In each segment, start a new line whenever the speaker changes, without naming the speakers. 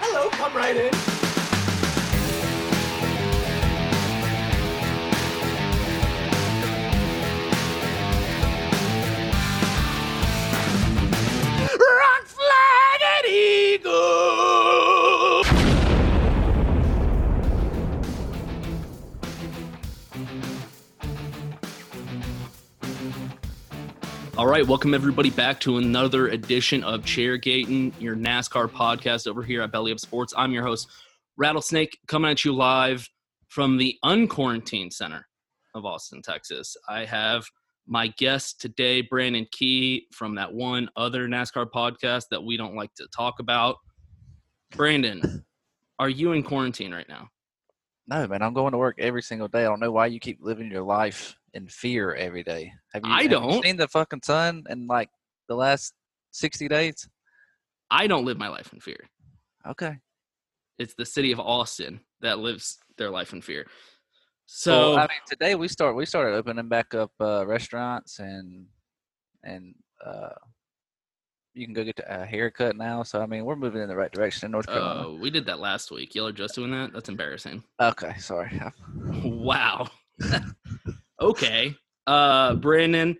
Hello, come right in. Rock flag and eagle.
All right, welcome everybody back to another edition of Chairgating, your NASCAR podcast over here at Belly Up Sports. I'm your host, Rattlesnake, coming at you live from the unquarantined center of Austin, Texas. I have my guest today, Brandon Key, from that one other NASCAR podcast that we don't like to talk about. Brandon, are you in quarantine right now?
No, man, I'm going to work every single day. I don't know why you keep living your life in fear every day. Have you, have
I
you
don't.
seen the fucking sun in like the last sixty days?
I don't live my life in fear.
Okay.
It's the city of Austin that lives their life in fear. So
So I mean, today we start we started opening back up uh, restaurants and and uh, you can go get a haircut now. So I mean, we're moving in the right direction in North Carolina.
Oh, we did that last week. Y'all are just doing that? That's embarrassing.
Okay, sorry.
Wow. okay. Uh Brandon,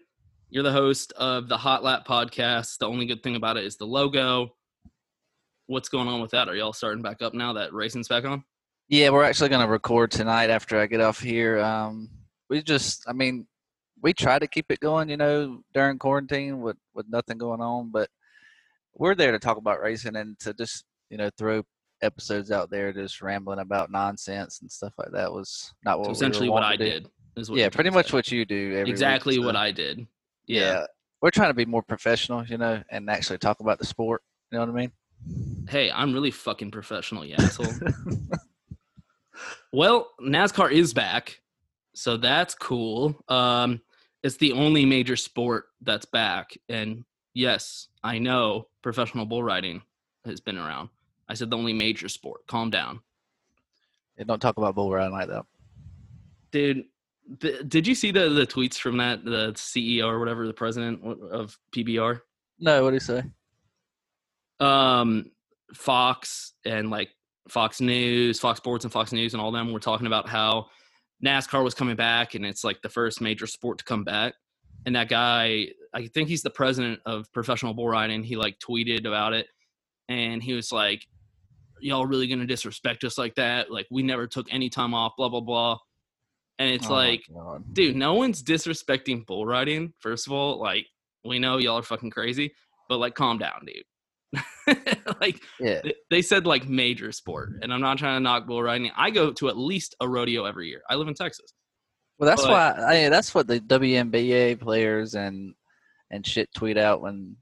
you're the host of the Hot Lap podcast. The only good thing about it is the logo. What's going on with that? Are y'all starting back up now that racing's back on?
Yeah, we're actually going to record tonight after I get off here. Um, we just, I mean, we try to keep it going, you know, during quarantine with with nothing going on, but we're there to talk about racing and to just, you know, throw episodes out there just rambling about nonsense and stuff like that was not what
So
we were
essentially what I
wanting to do.
did. Is what
yeah,
you're
pretty
trying to
much
say.
what you do. Every week,
exactly what
so,
I did.
Yeah.
yeah.
we're trying to be more professional, you know, and actually talk about the sport. You know what I mean?
Hey, I'm really fucking professional, you asshole. well, NASCAR is back, so that's cool. Um, it's the only major sport that's back, and yes, I know professional bull riding has been around. I said the only major sport. Calm down,
And don't talk about bull riding like that.
dude. th- did you see the the tweets from that the CEO or whatever the president of PBR?
No, what do you say?
um Fox and like Fox News, Fox Sports and Fox News and all them were talking about how NASCAR was coming back and it's like the first major sport to come back. And that guy, I think he's the president of professional bull riding, he like tweeted about it and he was like y'all really going to disrespect us like that? Like we never took any time off, blah blah blah. And it's
Oh my
like
God.
dude, no one's disrespecting bull riding. First of all, like we know y'all are fucking crazy, but like calm down, dude. like
yeah.
th- they said like major sport, and I'm not trying to knock bull riding. I go to at least a rodeo every year. I live in Texas.
Well, that's
But-
why. I, that's what the WNBA players and and shit tweet out when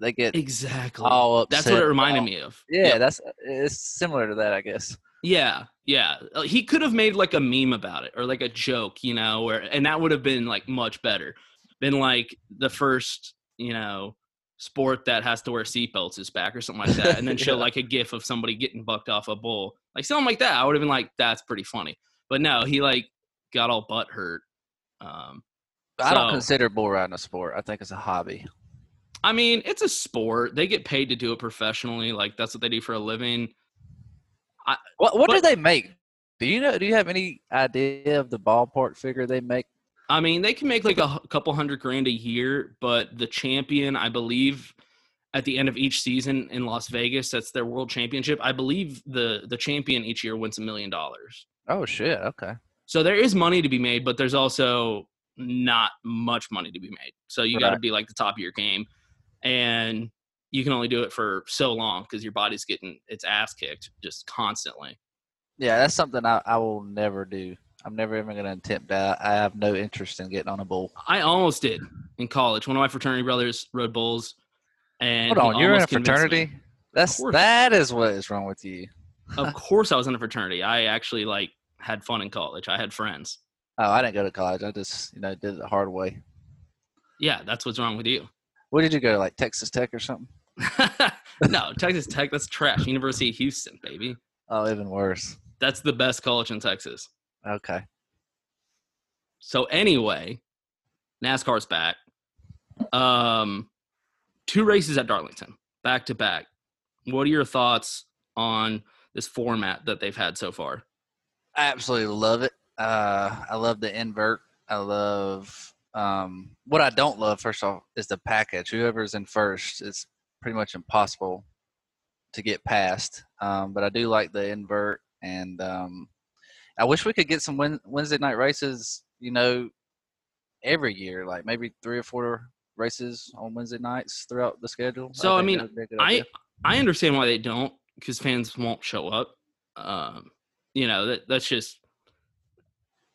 they get
Exactly.
all upset.
That's what it reminded
about-
me of.
Yeah,
Yep.
that's it's similar to that, I guess.
Yeah, yeah. Uh, He could have made like a meme about it or like a joke, you know, where and that would have been like much better than like the first, you know, sport that has to wear seatbelts is back or something like that, and then show like a gif of somebody getting bucked off a bull, like something like that. I would have been like, that's pretty funny. But no, he like got all butt hurt. Um,
I don't
So-
consider bull riding a sport. I think it's a hobby.
I mean, it's a sport. They get paid to do it professionally. Like that's what they do for a living.
What what do
But-
they make? Do you know? Do you have any idea of the ballpark figure they make?
I mean, they can make like a h- couple hundred grand a year, but the champion, I believe, at the end of each season in Las Vegas, that's their world championship. I believe the the champion each year wins a million dollars.
Oh shit! Okay.
So there is money to be made, but there's also not much money to be made. So you got to
Right.
be like the top of your game, and you can only do it for so long because your body's getting its ass kicked just constantly.
Yeah, that's something I, I will never do. I'm never even going to attempt that. I have no interest in getting on a bull.
I almost did in college. One of my fraternity brothers rode bulls, and
Hold
he
on, you're in a
almost convinced me.
fraternity. That's
course.
that is what is wrong with you.
of course I was in a fraternity. I actually like had fun in college. I had friends.
Oh, I didn't go to college. I just you know did it the hard way.
Yeah, that's what's wrong with you.
Where did you go? Like Texas Tech or something?
no, Texas Tech, that's trash. University of Houston, baby.
Oh, even worse.
That's the best college in Texas.
Okay.
So anyway, NASCAR's back. Um two races at Darlington, back to back. What are your thoughts on this format that they've had so far?
I absolutely love it. Uh, I love the invert. I love um, what I don't love. First off, is the package. Whoever's in first, it's pretty much impossible to get past. Um, but I do like the invert, and um, I wish we could get some Wed- Wednesday night races. You know, every year, like maybe three or four races on Wednesday nights throughout the schedule.
So, I
think
mean,
that would be a good
I
idea.
I understand why they don't because fans won't show up. Um, you know that that's just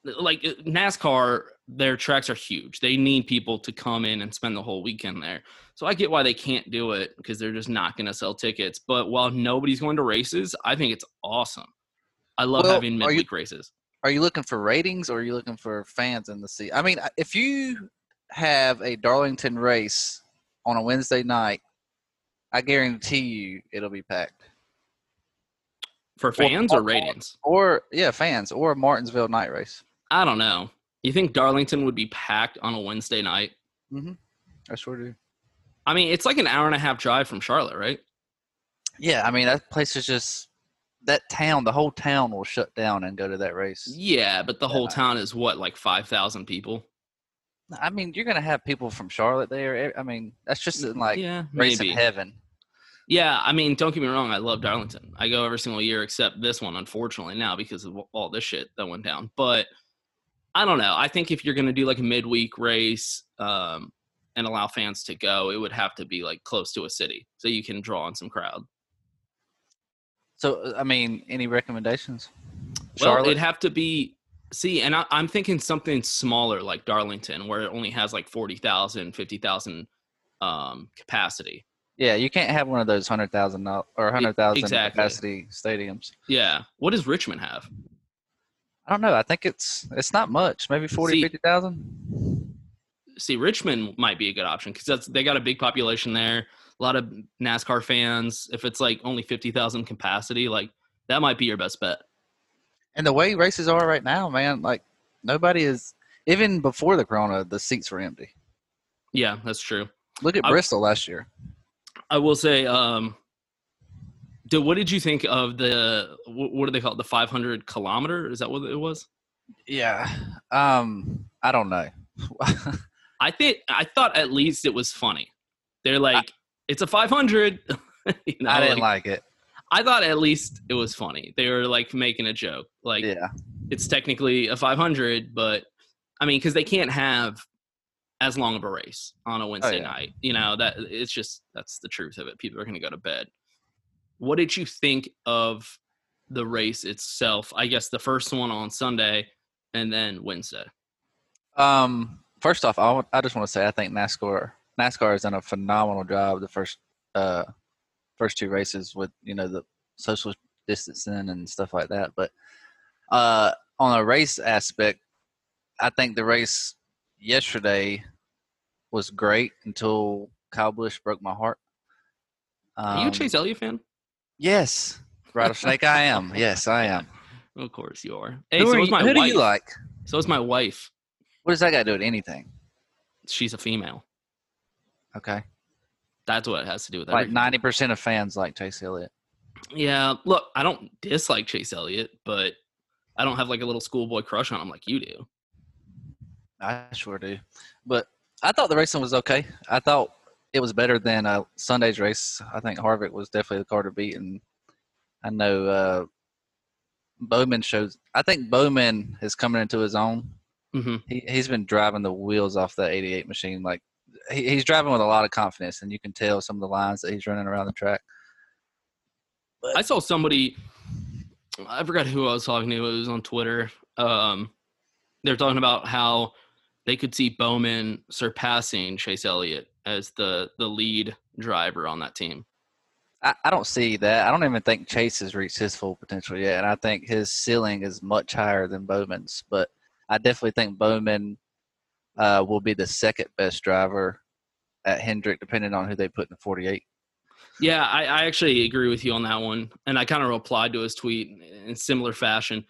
like uh, NASCAR. Their tracks are huge. They need people to come in and spend the whole weekend there. So I get why they can't do it because they're just not going to sell tickets. But while nobody's going to races, I think it's awesome. I love
Well,
having
are you-
midweek races.
are you looking for ratings or are you looking for fans in the seat? I mean, uh, if you have a Darlington race on a Wednesday night, I guarantee you it'll be packed.
For fans
or-
or ratings?
Or yeah, fans or a Martinsville night race.
I don't know. You think Darlington would be packed on a Wednesday night?
I sure do.
I mean, it's like an hour and a half drive from Charlotte, right?
Yeah, I mean that place is just that town. The whole town will shut down and go to that race.
Yeah, but the whole
Yeah.
town is what, like 5,000 people?
I mean, you're gonna have people from Charlotte there. e, I mean, that's just in like
yeah,
race
maybe.
in heaven.
Yeah, I mean, don't get me wrong. I love Darlington. I go every single year except this one, unfortunately, now because of all this shit that went down. But I don't know. I think if you're going to do like a midweek race um, and allow fans to go, it would have to be like close to a city so you can draw on some crowd.
So uh, I mean, any recommendations?
Well, it'd have to be. See, and I, I'm thinking something smaller like Darlington, where it only has like 40,000, 50,000 um, capacity.
Yeah, you can't have one of those hundred thousand or hundred thousand
exactly.
capacity stadiums.
Yeah. What does Richmond have?
I don't know. I think it's it's not much. Maybe
See-
forty, fifty thousand.
see Richmond might be a good option because that's they got a big population there, a lot of NASCAR fans. If it's like only fifty thousand capacity, like that might be your best bet.
And the way races are right now, man, like nobody is even before the corona, the seats were empty.
Yeah, that's true.
Look at
I-
Bristol last year.
I will say, um, do, what did you think of the wh- what do they call it? The five hundred kilometer is that what it was?
Yeah. Um, I don't know.
I think I thought at least it was funny. They're like, it's a five hundred. you know,
I didn't like, it.
I thought at least it was funny. They were like making a joke, like
yeah.
it's technically a 500, but I mean, because they can't have as long of a race on a Wednesday
Oh, yeah.
night. You know that it's just that's the truth of it. People are going to go to bed. What did you think of the race itself? I guess the first one on Sunday and then Wednesday.
Um, first off, I want- I just want to say I think NASCAR NASCAR has done a phenomenal job the first uh first two races with you know the social distancing and stuff like that. But uh, on a race aspect, I think the race yesterday was great until Kyle Busch broke my heart.
Are
Um,
you a Chase Elliott fan?
Yes, rattlesnake. I am. Yes, I am.
Of course you are. Hey,
who
so
are
is
you,
my
who do
wife.
you like?
So is my wife.
What does that got to do with anything?
She's a female.
Okay,
That's what it has to do with.
like
everything.
ninety percent of fans like Chase Elliott.
Yeah, look, I don't dislike Chase Elliott, but I don't have like a little schoolboy crush on him like you do.
I sure do. But I thought the racing was okay. I thought it was better than uh, Sunday's race. I think Harvick was definitely the car to beat, and I know uh, Bowman shows. I think Bowman is coming into his own.
hmm
He he's been driving the wheels off that '88 machine. Like he, he's driving with a lot of confidence, and you can tell some of the lines that he's running around the track.
I saw somebody. I forgot who I was talking to. It was on Twitter. Um, they're talking about how they could see Bowman surpassing Chase Elliott as the the lead driver on that team.
I, I don't see that. I don't even think Chase has reached his full potential yet, and I think his ceiling is much higher than Bowman's. But I definitely think Bowman uh, will be the second best driver at Hendrick, depending on who they put in the 48.
Yeah, I, I actually agree with you on that one. And I kind of replied to his tweet in similar fashion.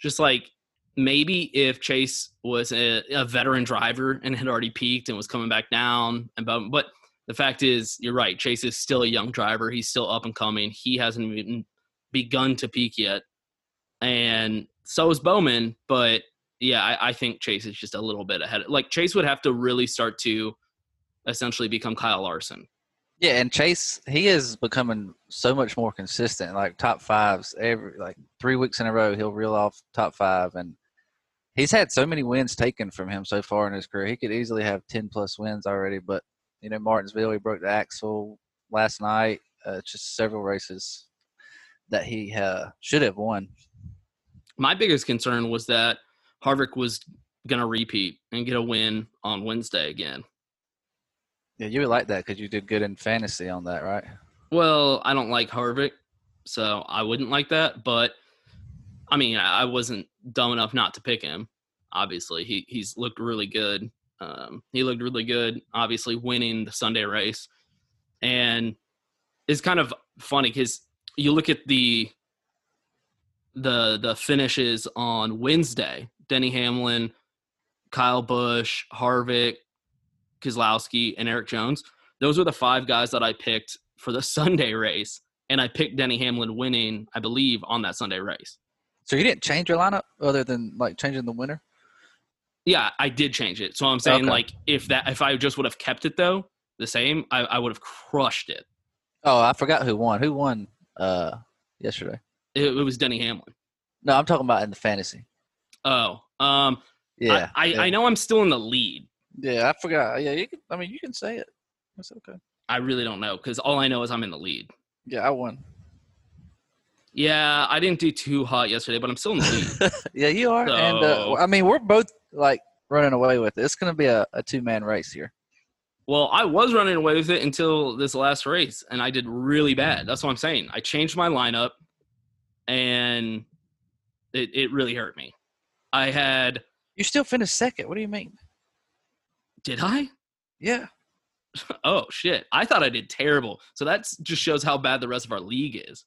Just like maybe if Chase was a, a veteran driver and had already peaked and was coming back down, and but, but the fact is, you're right. Chase is still a young driver. He's still up and coming. He hasn't even begun to peak yet. And so is Bowman. But yeah, I, I think Chase is just a little bit ahead. Like Chase would have to really start to essentially become Kyle Larson.
Yeah, and Chase, he is becoming so much more consistent. Like top fives every like three weeks in a row, he'll reel off top five, and he's had so many wins taken from him so far in his career. He could easily have ten plus wins already. But you know, Martinsville, he broke the axle last night. Uh, just several races that he uh, should have won.
my biggest concern was that Harvick was going to repeat and get a win on Wednesday again.
Yeah, you would like that because you did good in fantasy on that, right?
Well, I don't like Harvick, so I wouldn't like that. But I mean, I I wasn't dumb enough not to pick him. Obviously, he he's looked really good. Um, he looked really good. Obviously, winning the Sunday race, and it's kind of funny because you look at the the the finishes on Wednesday. Denny Hamlin, Kyle Busch, Harvick, Kozlowski, and Eric Jones. Those were the five guys that I picked for the Sunday race, and I picked Denny Hamlin winning, I believe, on that Sunday race.
So you didn't change your lineup other than like changing the winner.
Yeah, I did change it. So I'm saying
Okay.
like if that if I just would have kept it though the same, I, I would have crushed it.
Oh, I forgot who won. Who won uh, yesterday?
It, it was Denny Hamlin.
No, I'm talking about in the fantasy.
Oh, um,
Yeah,
I, I,
yeah.
I know I'm still in the lead.
Yeah, I forgot. Yeah, you can, I mean, you can say it. That's okay.
I really don't know because all I know is I'm in the lead.
Yeah, I won.
Yeah, I didn't do too hot yesterday, but I'm still in the lead.
yeah, you are. And uh,
So-
I mean, we're both like running away with it. It's going to be a, a two man race here.
Well, I was running away with it until this last race, and I did really
Mm.
bad. That's what I'm saying. I changed my lineup, and it, it really hurt me. I had
You still finished second. What do you mean?
did I?
Yeah.
Oh shit! I thought I did terrible. So that just shows how bad the rest of our league is.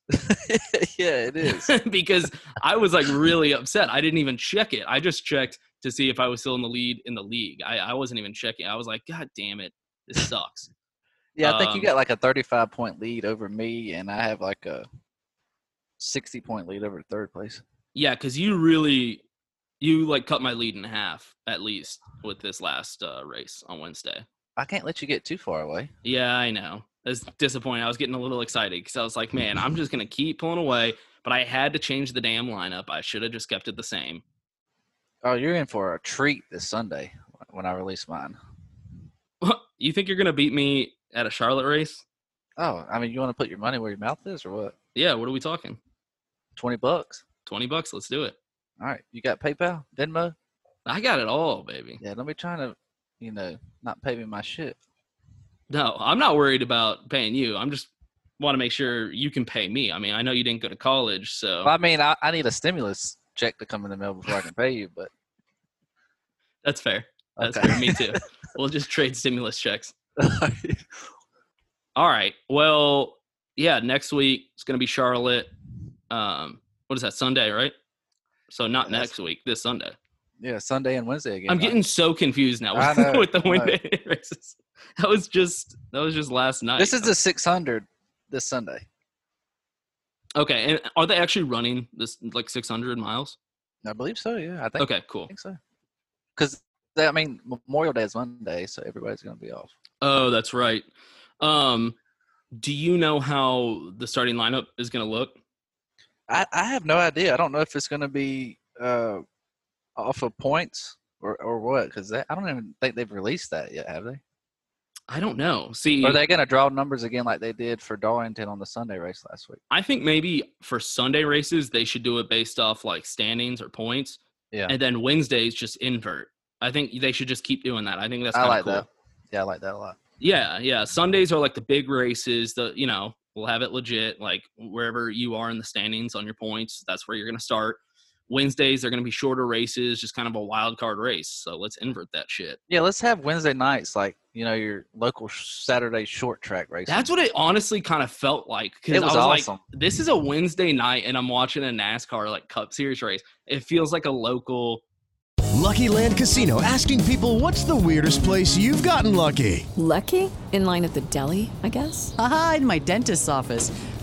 yeah, it is.
because I was like really upset. I didn't even check it. I just checked to see if I was still in the lead in the league. I, I wasn't even checking. I was like, God damn it, this sucks.
Yeah, I think you
Um,
got like a 35 point lead over me, and I have like a 60 point lead over third place.
Yeah, because you really, you like cut my lead in half at least with this last uh, race on Wednesday.
I can't let you get too far away.
Yeah, I know. It's disappointing. I was getting a little excited because I was like, man, I'm just gonna keep pulling away. But I had to change the damn lineup. I should have just kept it the same.
Oh, you're in for a treat this Sunday when I release mine.
you think you're gonna beat me at a Charlotte race?
Oh, I mean, you want to put your money where your mouth is, or what?
Yeah. What are we talking?
20 bucks.
Twenty bucks. Let's do it.
All right, you got PayPal, Venmo.
I got it all, baby.
Yeah, don't be trying to, you know, not pay me my shit.
No, I'm not worried about paying you. I'm just want to make sure you can pay me. I mean, I know you didn't go to college, so
Well, I mean, I, I need a stimulus check to come in the mail before I can pay you. But
that's fair. That's
okay.
fair. Me too. we'll just trade stimulus checks. All right. Well, yeah, next week it's going to be Charlotte. Um, what is that, Sunday, right? So
Yes.
not next week, this Sunday.
Yeah, Sunday and Wednesday again.
I'm
right?
getting so confused now
I
with,
know,
with the
I know.
Wednesday races. That was just that was just last night.
This is the 600 this Sunday.
Oh, okay. And are they actually running this like 600 miles?
I believe so. Yeah, I think.
Okay,
I
cool.
think so. Because I mean Memorial Day is Monday, so everybody's going to be off.
Oh, that's right. Um, do you know how the starting lineup is going to look?
I, I have no idea. I don't know if it's going to be uh, off of points or, or what. Because I don't even think they've released that yet, have they?
I don't know. See,
Or Are they going to draw numbers again like they did for Darlington on the Sunday race last week?
I think maybe for Sunday races they should do it based off like standings or points.
Yeah.
And then Wednesdays just invert. I think they should just keep doing that. I think that's
I
kind of
like
cool.
that. Yeah, I like that a lot.
Yeah, yeah. Sundays are like the big races. The you know we'll have it legit. Like wherever you are in the standings on your points, that's where you're gonna start. Wednesdays are gonna be shorter races, just kind of a wild card race. So let's invert that shit.
Yeah, let's have Wednesday nights like you know your local sh- Saturday short track race.
That's what it honestly kind of felt like. 'cause
It was
I was
awesome.
like, this is a Wednesday night, and I'm watching a NASCAR like Cup Series race. It feels like a local.
Lucky Land Casino asking people what's the weirdest place you've gotten lucky?
Lucky? In line at the deli, I guess?
Aha, in my dentist's office.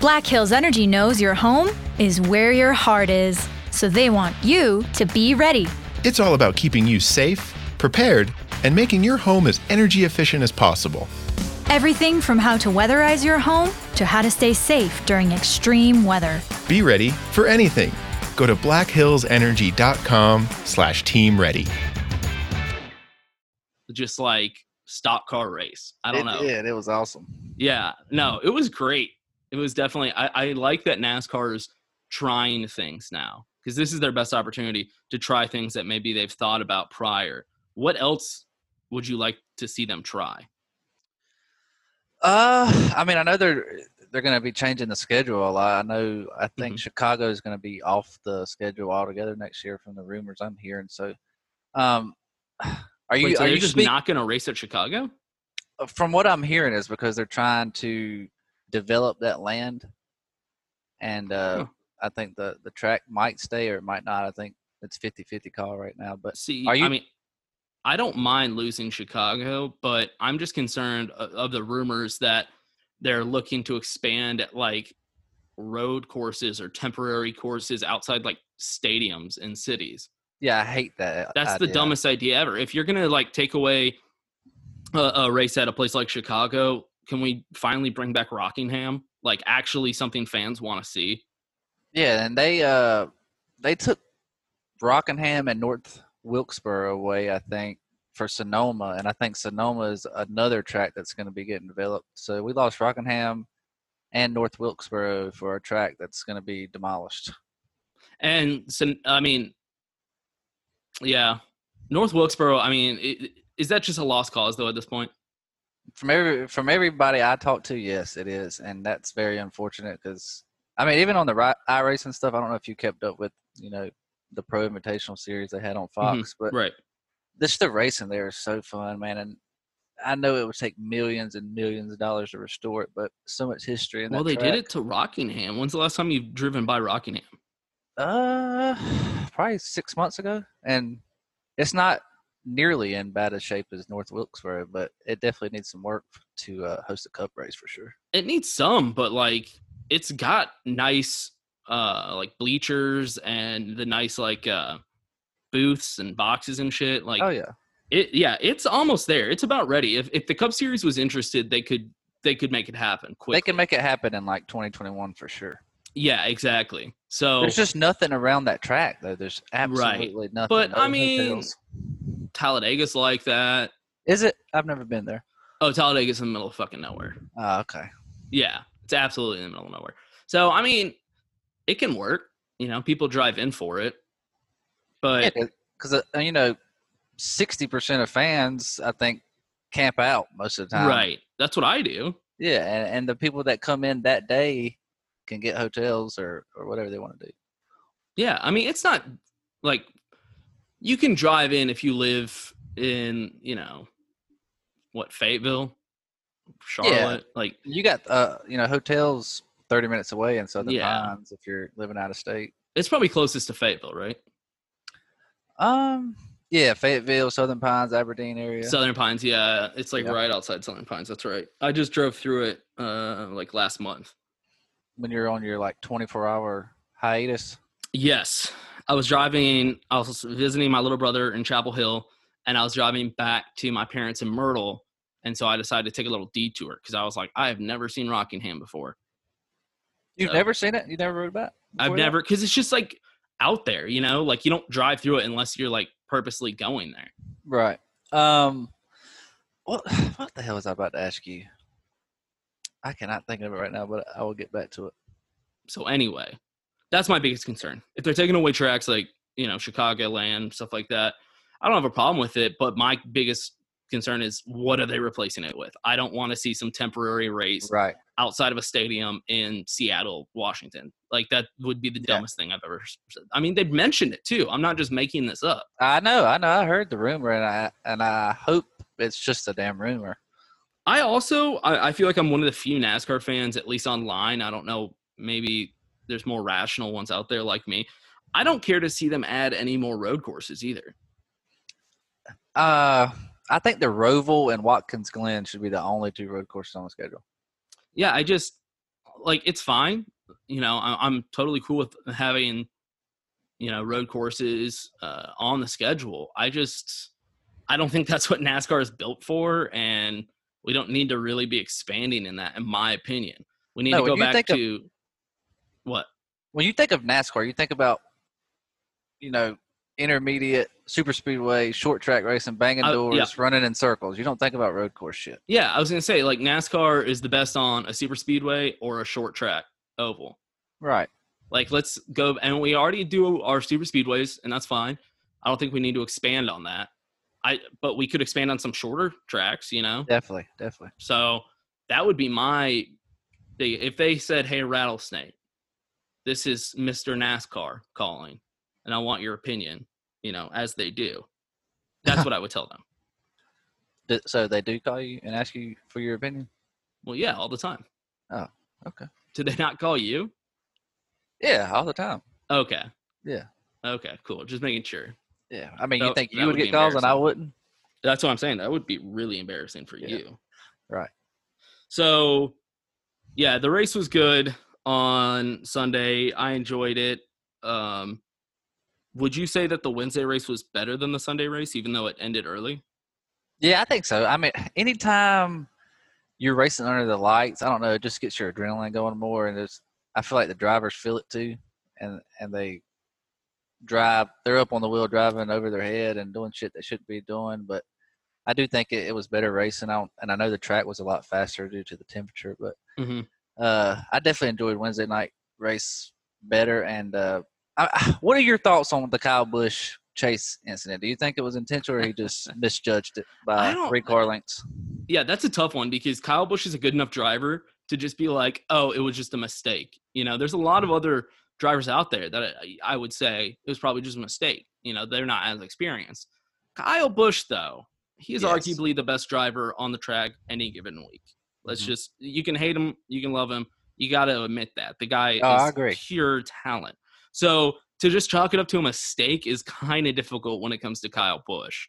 Black Hills Energy knows your home is where your heart is, so they want you to be ready.
It's all about keeping you safe, prepared, and making your home as energy efficient as possible.
Everything from how to weatherize your home to how to stay safe during extreme weather.
Be ready for anything. Go to blackhillsenergy.com slash team ready.
just like stock car race. I don't
It
know.
did. It was awesome.
Yeah, no, it was great. It was definitely. I, I like that NASCAR is trying things now because this is their best opportunity to try things that maybe they've thought about prior. What else would you like to see them try?
Uh, I mean, I know they're they're going to be changing the schedule a lot. I know. I
Mm-hmm.
think Chicago is going to be off the schedule altogether next year, from the rumors I'm hearing. So, um, are you
Wait, so
are
they're
you
just
speak- uh,
not going to race at Chicago?
from what I'm hearing is because they're trying to develop that land, and uh, I think the the track might stay or it might not. I think it's 50-50 call right now. But
See,
are you?
I mean, I don't mind losing Chicago, but I'm just concerned of, of the rumors that they're looking to expand at like road courses or temporary courses outside like stadiums and cities.
yeah, I hate that.
That's the
idea.
dumbest idea ever. If you're gonna like take away a, a race at a place like Chicago, can we finally bring back Rockingham? Like actually something fans want to see.
Yeah, and they uh they took Rockingham and North Wilkesboro away, I think, for Sonoma, and I think Sonoma is another track that's going to be getting developed. So we lost Rockingham and North Wilkesboro for a track that's going to be demolished.
And so, I mean, yeah, North Wilkesboro. I mean, i- is that just a lost cause though at this point?
From every from everybody I talked to, yes, it is, and that's very unfortunate because I mean, even on the ri- iRacing stuff, I don't know if you kept up with you know the Pro Invitational series they had on Fox, but
Mm-hmm. right.
this the racing there is so fun, man. And I know it would take millions and millions of dollars to restore it, but so much history. In that
Well, they
track.
did it to Rockingham. When's the last time you've driven by Rockingham?
uh, probably six months ago, and it's not nearly in bad a shape as North Wilkesboro, but it definitely needs some work to uh, host a cup race for sure.
It needs some, but like it's got nice uh like bleachers and the nice like uh booths and boxes and shit. Like
oh yeah,
It yeah, it's almost there. It's about ready. If if the Cup series was interested, they could they could make it happen quick.
they can make it happen in like 2021 for sure.
Yeah, exactly. So
There's just nothing around that track though. There's absolutely nothing.
Oh. But I
no
mean,
hotels.
Talladega's like that.
is it? I've never been there.
Oh, Talladega's in the middle of fucking nowhere.
Oh, okay.
Yeah, It's absolutely in the middle of nowhere. So I mean, it can work. You know, people drive in for it, but
because uh, you know, sixty percent of fans, I think, camp out most of the time.
right, that's what I do.
Yeah, and, and the people that come in that day can get hotels or or whatever they want to do.
Yeah, I mean, it's not like you can drive in if you live in you know what Fayetteville, Charlotte, like
You got uh, you know, hotels thirty minutes away in Southern
Yeah.
Pines if you're living out of state.
it's probably closest to Fayetteville, right?
Um, yeah, Fayetteville, Southern Pines, Aberdeen area.
Southern Pines, yeah, it's like
Yeah.
right outside Southern Pines. That's right. I just drove through it uh like last month.
when you're on your like 24 hour hiatus.
Yes. I was driving, I was visiting my little brother in Chapel Hill, and I was driving back to my parents in Myrtle. And so I decided to take a little detour because I was like, I have never seen Rockingham before.
You've
So-
never seen it? You never wrote about? it
I've
before that?
never, because it's just like out there, you know, like you don't drive through it unless you're like purposely going there.
Right. Um. What What the hell was I about to ask you? I cannot think of it right now, but I will get back to it.
So anyway, that's my biggest concern. If they're taking away tracks like, you know, Chicago land, stuff like that, I don't have a problem with it, but my biggest concern is what are they replacing it with? I don't want to see some temporary race
Right.
outside of a stadium in Seattle, Washington. Like that would be the dumbest thing I've ever s- said. I mean, they've mentioned it too. I'm not just making this up.
I know. I know. I heard the rumor, and I and I hope it's just a damn rumor.
I also I, I feel like I'm one of the few NASCAR fans, at least online. I don't know, maybe there's more rational ones out there like me. I don't care to see them add any more road courses either.
Uh, I think the Roval and Watkins Glen should be the only two road courses on the schedule.
Yeah, I just like it's fine. You know, I, I'm totally cool with having you know road courses uh, on the schedule. I just I don't think that's what NASCAR is built for, and we don't need to really be expanding in that, in my opinion. We need
No,
to
when
go
you
back
think of-
to what
When you think of NASCAR, you think about you know intermediate, super speedway, short track racing, banging
Uh, yeah.
doors, running in circles. You don't think about road course shit.
Yeah, I was gonna say like NASCAR is the best on a super speedway or a short track oval.
Right.
Like let's go and we already do our super speedways and that's fine. I don't think we need to expand on that. I but we could expand on some shorter tracks, you know.
Definitely. Definitely.
So that would be my thing. If they said, "Hey, rattlesnake, this is Mister NASCAR calling, and I want your opinion," you know, as they do, that's what I would tell them.
Th- So they do call you and ask you for your opinion.
Well, yeah, all the time.
Oh, okay.
Did they not call you?
Yeah, all the time.
Okay.
Yeah.
Okay, cool. Just making sure.
Yeah. I mean, you
That-
think
that
you would
be
get calls and I
embarrassing.
wouldn't?
That's what I'm saying. That would be really embarrassing for you.
Right.
So, yeah, the race was good on Sunday. I enjoyed it. Um, would you say that the Wednesday race was better than the Sunday race, even though it ended early?
Yeah, I think so. I mean, anytime you're racing under the lights, I don't know, it just gets your adrenaline going more, and it's. I feel like the drivers feel it too, and and they drive. They're up on the wheel driving over their head and doing shit they shouldn't be doing. But I do think it, it was better racing. I don't, and I know the track was a lot faster due to the temperature, but
Mm-hmm.
uh, I definitely enjoyed Wednesday night race better. And uh, I- I, what are your thoughts on the Kyle Bush chase incident? Do you think it was intentional, or he just misjudged it
I
by
don't-
three car lengths?
Yeah, that's a tough one because Kyle Bush is a good enough driver to just be like, oh, it was just a mistake. You know, there's a lot of other drivers out there that I, I would say it was probably just a mistake. You know, they're not as experienced. Kyle Bush, though, he is
Yes.
arguably the best driver on the track any given week. Let's
Mhm.
just, you can hate him, you can love him. You got to admit that. The guy
Oh,
is
I agree.
pure talent. So to just chalk it up to a mistake is kind of difficult when it comes to Kyle Bush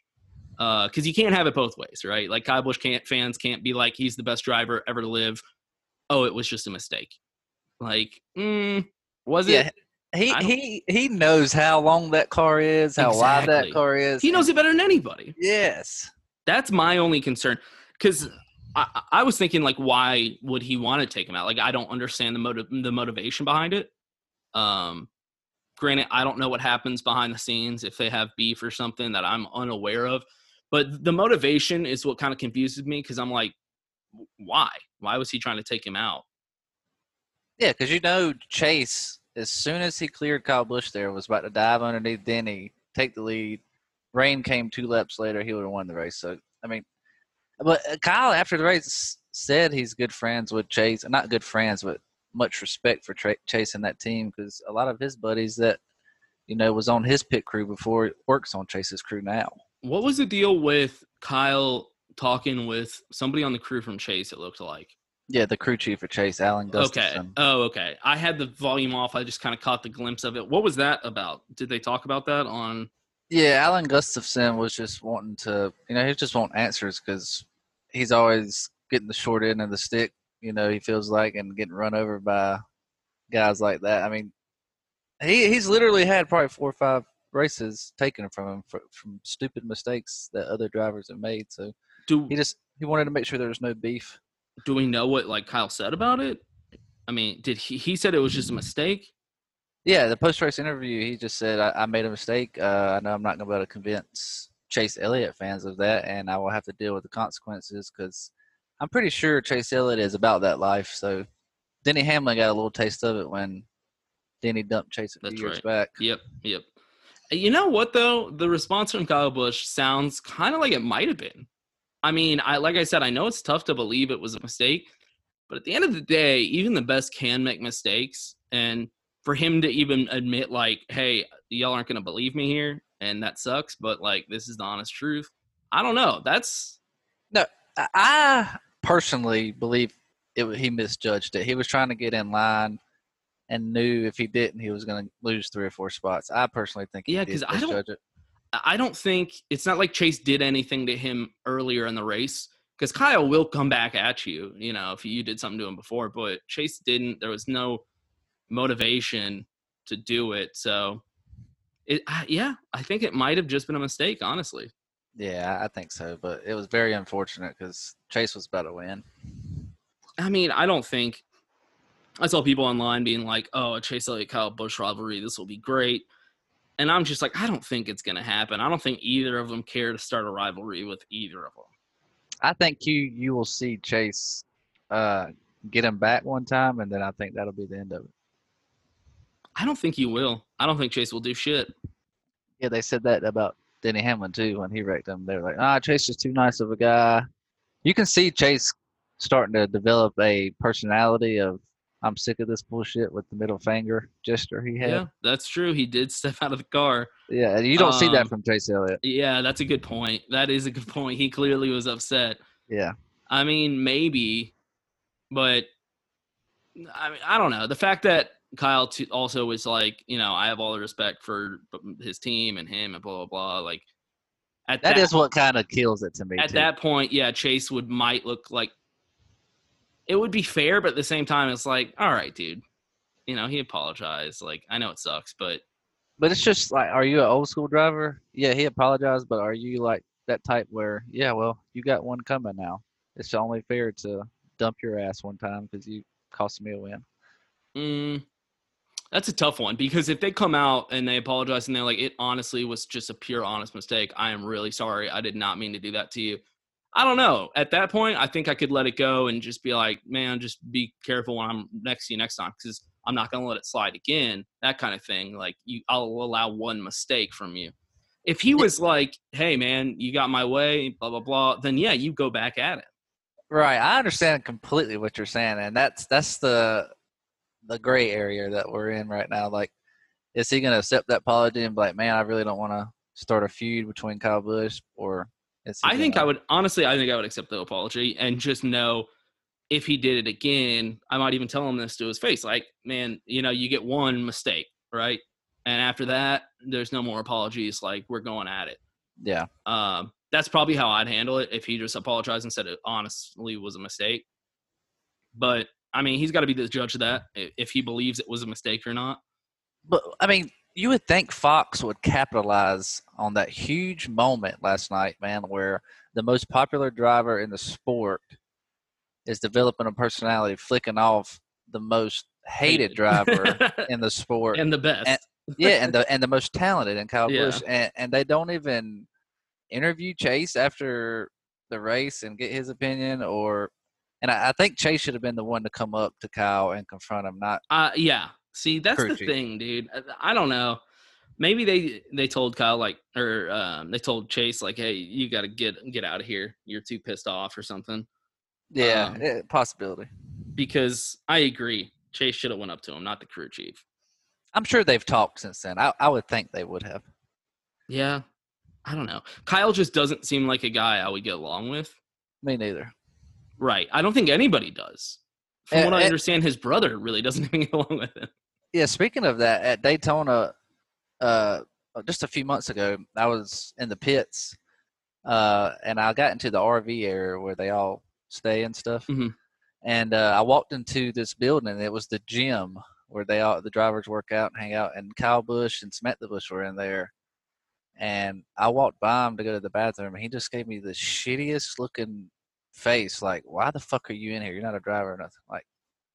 because you can't have it both ways, right? Like Kyle Busch can't fans can't be like he's the best driver ever to live. Oh, it was just a mistake. Like, mm, was
Yeah,
it?
he
I don't-
he he knows how long that car is, how wide
Exactly.
that car is.
He knows it better than anybody.
Yes.
That's my only concern because I, I- I was thinking like, why would he want to take him out? Like, I don't understand the motive, the motivation behind it. Um, granted, I don't know what happens behind the scenes if they have beef or something that I'm unaware of, but the motivation is what kind of confuses me because I'm like, why? Why was he trying to take him out?
Yeah, because you know Chase, as soon as he cleared Kyle Bush, there was about to dive underneath Denny, take the lead. Rain came two laps later; he would have won the race. So I mean, but uh, Kyle after the race said he's good friends with Chase, uh, not good friends, but much respect for tra- Chase and that team because a lot of his buddies that you know was on his pit crew before works on Chase's crew now.
What was the deal with Kyle talking with somebody on the crew from Chase? It looked like.
Yeah, the crew chief for Chase, Alan Gustafson.
Okay. Oh, okay. I had the volume off. I just kind of caught the glimpse of it. What was that about? Did they talk about that on?
Yeah, Alan Gustafson was just wanting to, you know, he just want answers because he's always getting the short end of the stick. You know, he feels like and getting run over by guys like that. I mean, he he's literally had probably four or five races taken from him for, from stupid mistakes that other drivers have made. So
do,
he just he wanted to make sure there was no beef.
Do we know what like Kyle said about it? I mean, did he he said it was just a mistake?
Yeah, the post race interview, he just said, I, I made a mistake. Uh, I know I'm not going to be able to convince Chase Elliott fans of that, and I will have to deal with the consequences because I'm pretty sure Chase Elliott is about that life. So Denny Hamlin got a little taste of it when Denny dumped Chase a few
That's
years
right.
back.
Yep. Yep. You know what though? The response from Kyle Bush sounds kind of like it might have been. I mean, I like I said, I know it's tough to believe it was a mistake, but at the end of the day, even the best can make mistakes. And for him to even admit, like, hey, y'all aren't gonna believe me here, and that sucks, but like this is the honest truth. I don't know. That's
No, I- I personally believe it, wa- he misjudged it. He was trying to get in line and knew if he didn't, he was going to lose three or four spots. I personally think he
Yeah,
did
'cause I don't-
misjudge it.
I don't think it's not like Chase did anything to him earlier in the race because Kyle will come back at you, you know, if you did something to him before, but Chase didn't. There was no motivation to do it. So, it, I- yeah, I think it might have just been a mistake, honestly.
Yeah, I think so. But it was very unfortunate because Chase was about to win.
I mean, I don't think I saw people online being like, "Oh, a Chase Elliott Kyle Busch rivalry, this will be great," and I'm just like, I don't think it's gonna happen. I don't think either of them care to start a rivalry with either of them.
I think you you will see Chase uh, get him back one time, and then I think that'll be the end of it.
I don't think he will. I don't think Chase will do shit.
Yeah, they said that about Denny Hamlin too when he wrecked him. They were like, "Ah, Chase is too nice of a guy." You can see Chase starting to develop a personality of "I'm sick of this bullshit" with the middle finger gesture he
Yeah,
had. Yeah,
that's true. He did step out of the car.
and you don't see that
Um,
from Chase Elliott.
Yeah, that's a good point. That is a good point. He clearly was upset.
Yeah,
I mean, maybe, but I mean, I don't know. The fact that Kyle t- also was like, you know, I have all the respect for his team and him and blah blah blah. Like, at
that is what kind of kills it to me.
at
too.
that point, yeah, Chase would might look like it would be fair, but at the same time, it's like, all right, dude, you know, he apologized. Like, I know it sucks, but
But it's just like, are you an old school driver? Yeah, he apologized, but are you like that type where, yeah, well, you got one coming now. It's only fair to dump your ass one time because you cost me a win.
Mm, that's a tough one because if they come out and they apologize and they're like, it honestly was just a pure honest mistake. I am really sorry. I did not mean to do that to you. I don't know. At that point, I think I could let it go and just be like, man, just be careful when I'm next to you next time because I'm not going to let it slide again. That kind of thing. Like, you, I'll allow one mistake from you. If he was like, hey, man, you got my way, blah, blah, blah, then yeah, you go back at it.
Right. I understand completely what you're saying, and that's that's the the gray area that we're in right now. Like, is he gonna accept that apology and be like, man, I really don't wanna start a feud between Kyle Bush or is he
I think
gonna-
I would honestly. I think I would accept the apology and just know if he did it again, I might even tell him this to his face. Like, man, you know, you get one mistake, right? And after that, there's no more apologies. Like, we're going at it.
Yeah.
Um, that's probably how I'd handle it if he just apologized and said it honestly was a mistake. But I mean, he's got to be the judge of that i- if he believes it was a mistake or not.
But I mean, you would think Fox would capitalize on that huge moment last night, man, where the most popular driver in the sport is developing a personality, flicking off the most hated driver in the sport
and the best.
And- yeah, and the and the most talented in Kyle
Yeah.
Busch, and and they don't even interview Chase after the race and get his opinion, or And I, I think Chase should have been the one to come up to Kyle and confront him, not
Uh, yeah. See, that's the
Crunchy.
thing, dude. uh, I- I don't know. Maybe they they told Kyle like, or um, they told Chase like, hey, you got to get get out of here. You're too pissed off or something.
Yeah,
Um,
eh, possibility.
Because I agree, Chase should have went up to him, not the crew chief.
I'm sure they've talked since then. I, I would think they would have.
Yeah, I don't know. Kyle just doesn't seem like a guy I would get along with.
Me neither.
Right. I don't think anybody does. From
Eh,
what I
eh.
understand, his brother really doesn't even get along with him.
Yeah, speaking of that, at Daytona, uh, just a few months ago, I was in the pits, uh, and I got into the RV area where they all stay and stuff. And uh, I walked into this building, and it was the gym where they all the drivers work out and hang out. And Kyle Bush and Samantha Bush were in there, and I walked by him to go to the bathroom, and he just gave me the shittiest looking face. Like, why the fuck are you in here? You're not a driver or nothing. Like,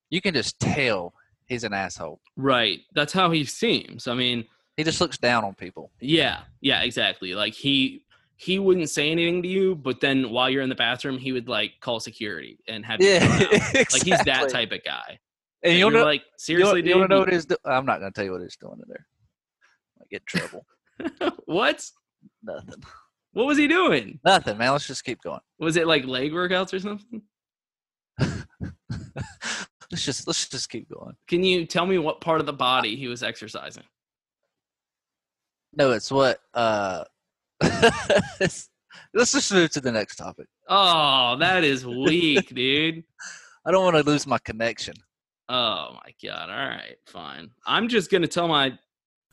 you can just tell he's an asshole.
Right. That's how he seems. I mean,
He just looks down on people.
Yeah, yeah, exactly. Like he he wouldn't say anything to you, but then while you're in the bathroom, he would like call security and have you
Yeah,
come out. like he's that
exactly.
type of guy.
And you'll
you're
know,
like, seriously,
you'll, you'll
dude?
know what he's do- I'm not gonna tell you what he's doing in there. I get in trouble.
What?
Nothing.
What was he doing?
Nothing, man. Let's just keep going.
Was it like leg workouts or something?
Let's just let's just keep going.
Can you tell me what part of the body he was exercising?
No, it's what. uh Let's just move to the next topic.
Oh, that is weak, dude.
I don't want to lose my connection.
Oh my god. All right, fine. I'm just gonna tell my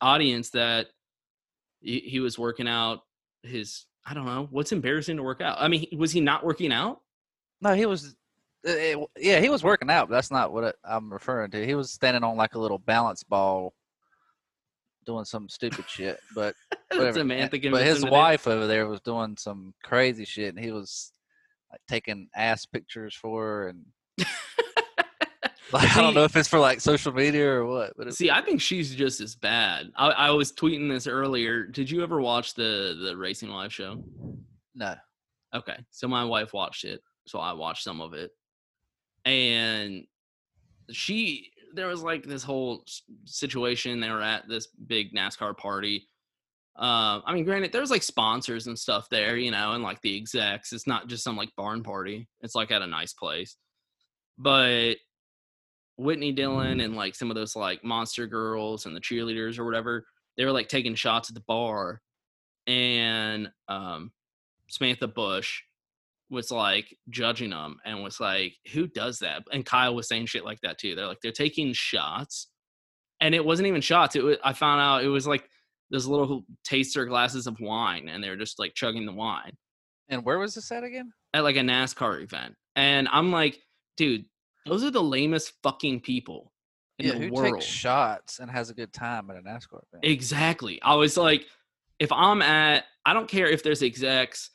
audience that he, he was working out his I don't know what's embarrassing to work out. I mean, he- was he not working out?
No, he was. uh, eh, w- yeah, he was working out, but that's not what I- I'm referring to. He was standing on like a little balance ball, doing some stupid shit. But
That's
whatever.
a man
And-
thinking
But
it's
his
intimidating.
wife over there was doing some crazy shit, and he was like taking ass pictures for her, and like I don't know if it's for like social media or what. But it,
See, I think she's just as bad. I, I was tweeting this earlier. Did you ever watch the the Racing Live show?
no,
Okay, so my wife watched it, so I watched some of it, and she there was like this whole s- situation. They were at this big NASCAR party. Um, I mean, granted, there's like sponsors and stuff there, you know, and like the execs. It's not just some like barn party. It's like at a nice place, but Whitney Dillon and like some of those like monster girls and the cheerleaders or whatever, they were like taking shots at the bar, and um, Samantha Bush was like judging them and was like, "Who does that?" And Kyle was saying shit like that too. They're like, they're taking shots, and it wasn't even shots. It was, I found out it was like those little taster glasses of wine, and they're just like chugging the wine
and where was this at again?
at like a NASCAR event, and I'm like, dude, those are the lamest fucking people in
yeah,
the
who
world.
takes shots and has a good time at a NASCAR event?
Exactly. I was like, if I'm at, I don't care if there's execs,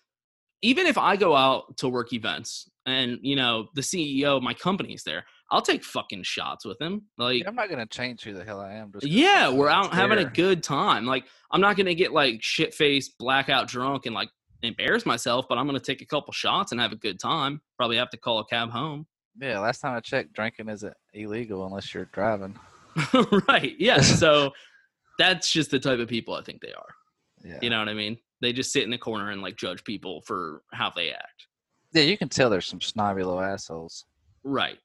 even if I go out to work events and, you know, the CEO of my company's there, I'll take fucking shots with him. Like,
Yeah, I'm not gonna change who the hell I am. Just 'cause
yeah, we're
someone's
out having a
there.
good time. Like, I'm not going to get like shit faced, blackout drunk and like embarrass myself, but I'm going to take a couple shots and have a good time. Probably have to call a cab home.
Yeah, last time I checked, drinking isn't illegal unless you're driving.
right. Yeah. So that's just the type of people I think they are.
Yeah.
You know what I mean? They just sit in the corner and like judge people for how they act.
Yeah, you can tell there's some snobby little assholes.
Right.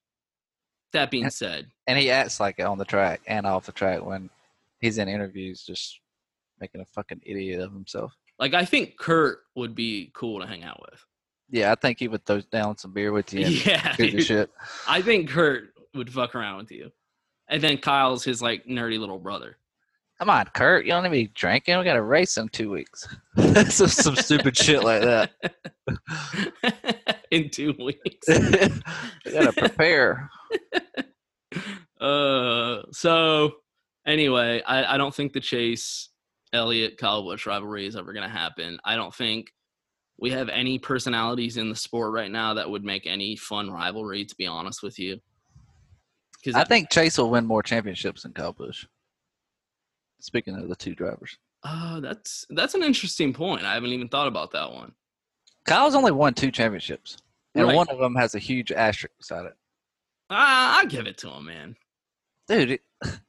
That being said,
And he acts like it on the track and off the track when he's in interviews, just making a fucking idiot of himself.
like I think Kurt would be cool to hang out with.
Yeah, I think he would throw down some beer with you. And
Yeah,
shoot the
dude.
shit.
I think Kurt would fuck around with you. And then Kyle's his like nerdy little brother.
Come on, Kurt, you don't need to be drinking. We got a race in two weeks. some, some stupid shit like that.
in two weeks.
We gotta prepare.
uh, so anyway, I, I don't think the Chase Elliott Kyle Busch rivalry is ever going to happen. I don't think we have any personalities in the sport right now that would make any fun rivalry. To be honest with you, because
I think Chase will win more championships than Kyle Busch. Speaking of the two drivers,
oh, that's that's an interesting point. I haven't even thought about that one.
Kyle's only won two championships, and
Right.
one of them has a huge asterisk beside it.
Ah, I give it to him, man.
Dude, it,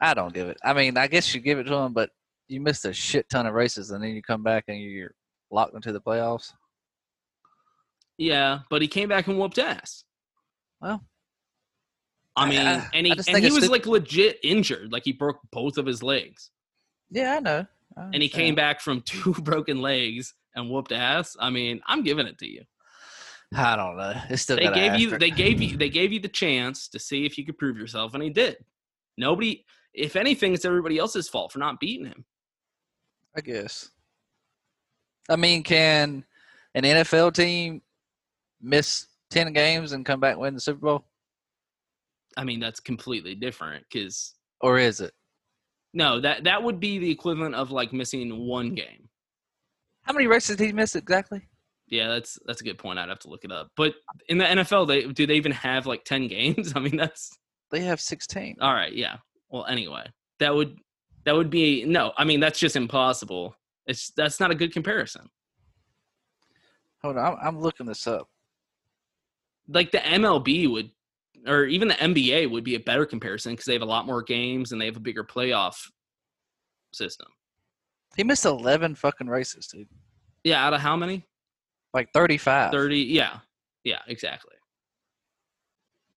I don't give it. I mean, I guess you give it to him, but you missed a shit ton of races, and then you come back and you're locked into the playoffs.
Yeah, but he came back and whooped ass.
Well,
I mean,
I-
and
I
he,
just
and
think
he
it's
was
stupid.
like legit injured. Like he broke both of his legs,
Yeah, I know. I
and he
understand.
came back from two broken legs and whooped ass. I mean, I'm giving it to you.
I don't know. It's still
they
got a
gave you
asterisk.
they gave you they gave you the chance to see if you could prove yourself, and he did. Nobody, if anything, it's everybody else's fault for not beating him.
I guess. I mean, can an NFL team miss ten games and come back and win the Super Bowl,
I mean, that's completely different because
or is it?
no, that that would be the equivalent of like missing one game.
How many races did he miss exactly?
Yeah, that's that's a good point. I'd have to look it up. But in the NFL, they do they even have like ten games? I mean, that's
They have sixteen.
all right. Yeah. Well, anyway, that would that would be no. I mean, that's just impossible. It's that's not a good comparison.
Hold on, I'm, I'm looking this up.
Like the MLB would, or even the NBA would be a better comparison because they have a lot more games and they have a bigger playoff system.
He missed eleven fucking races, dude.
Yeah, out of how many?
Like thirty-five
Thirty. Yeah. Yeah. Exactly.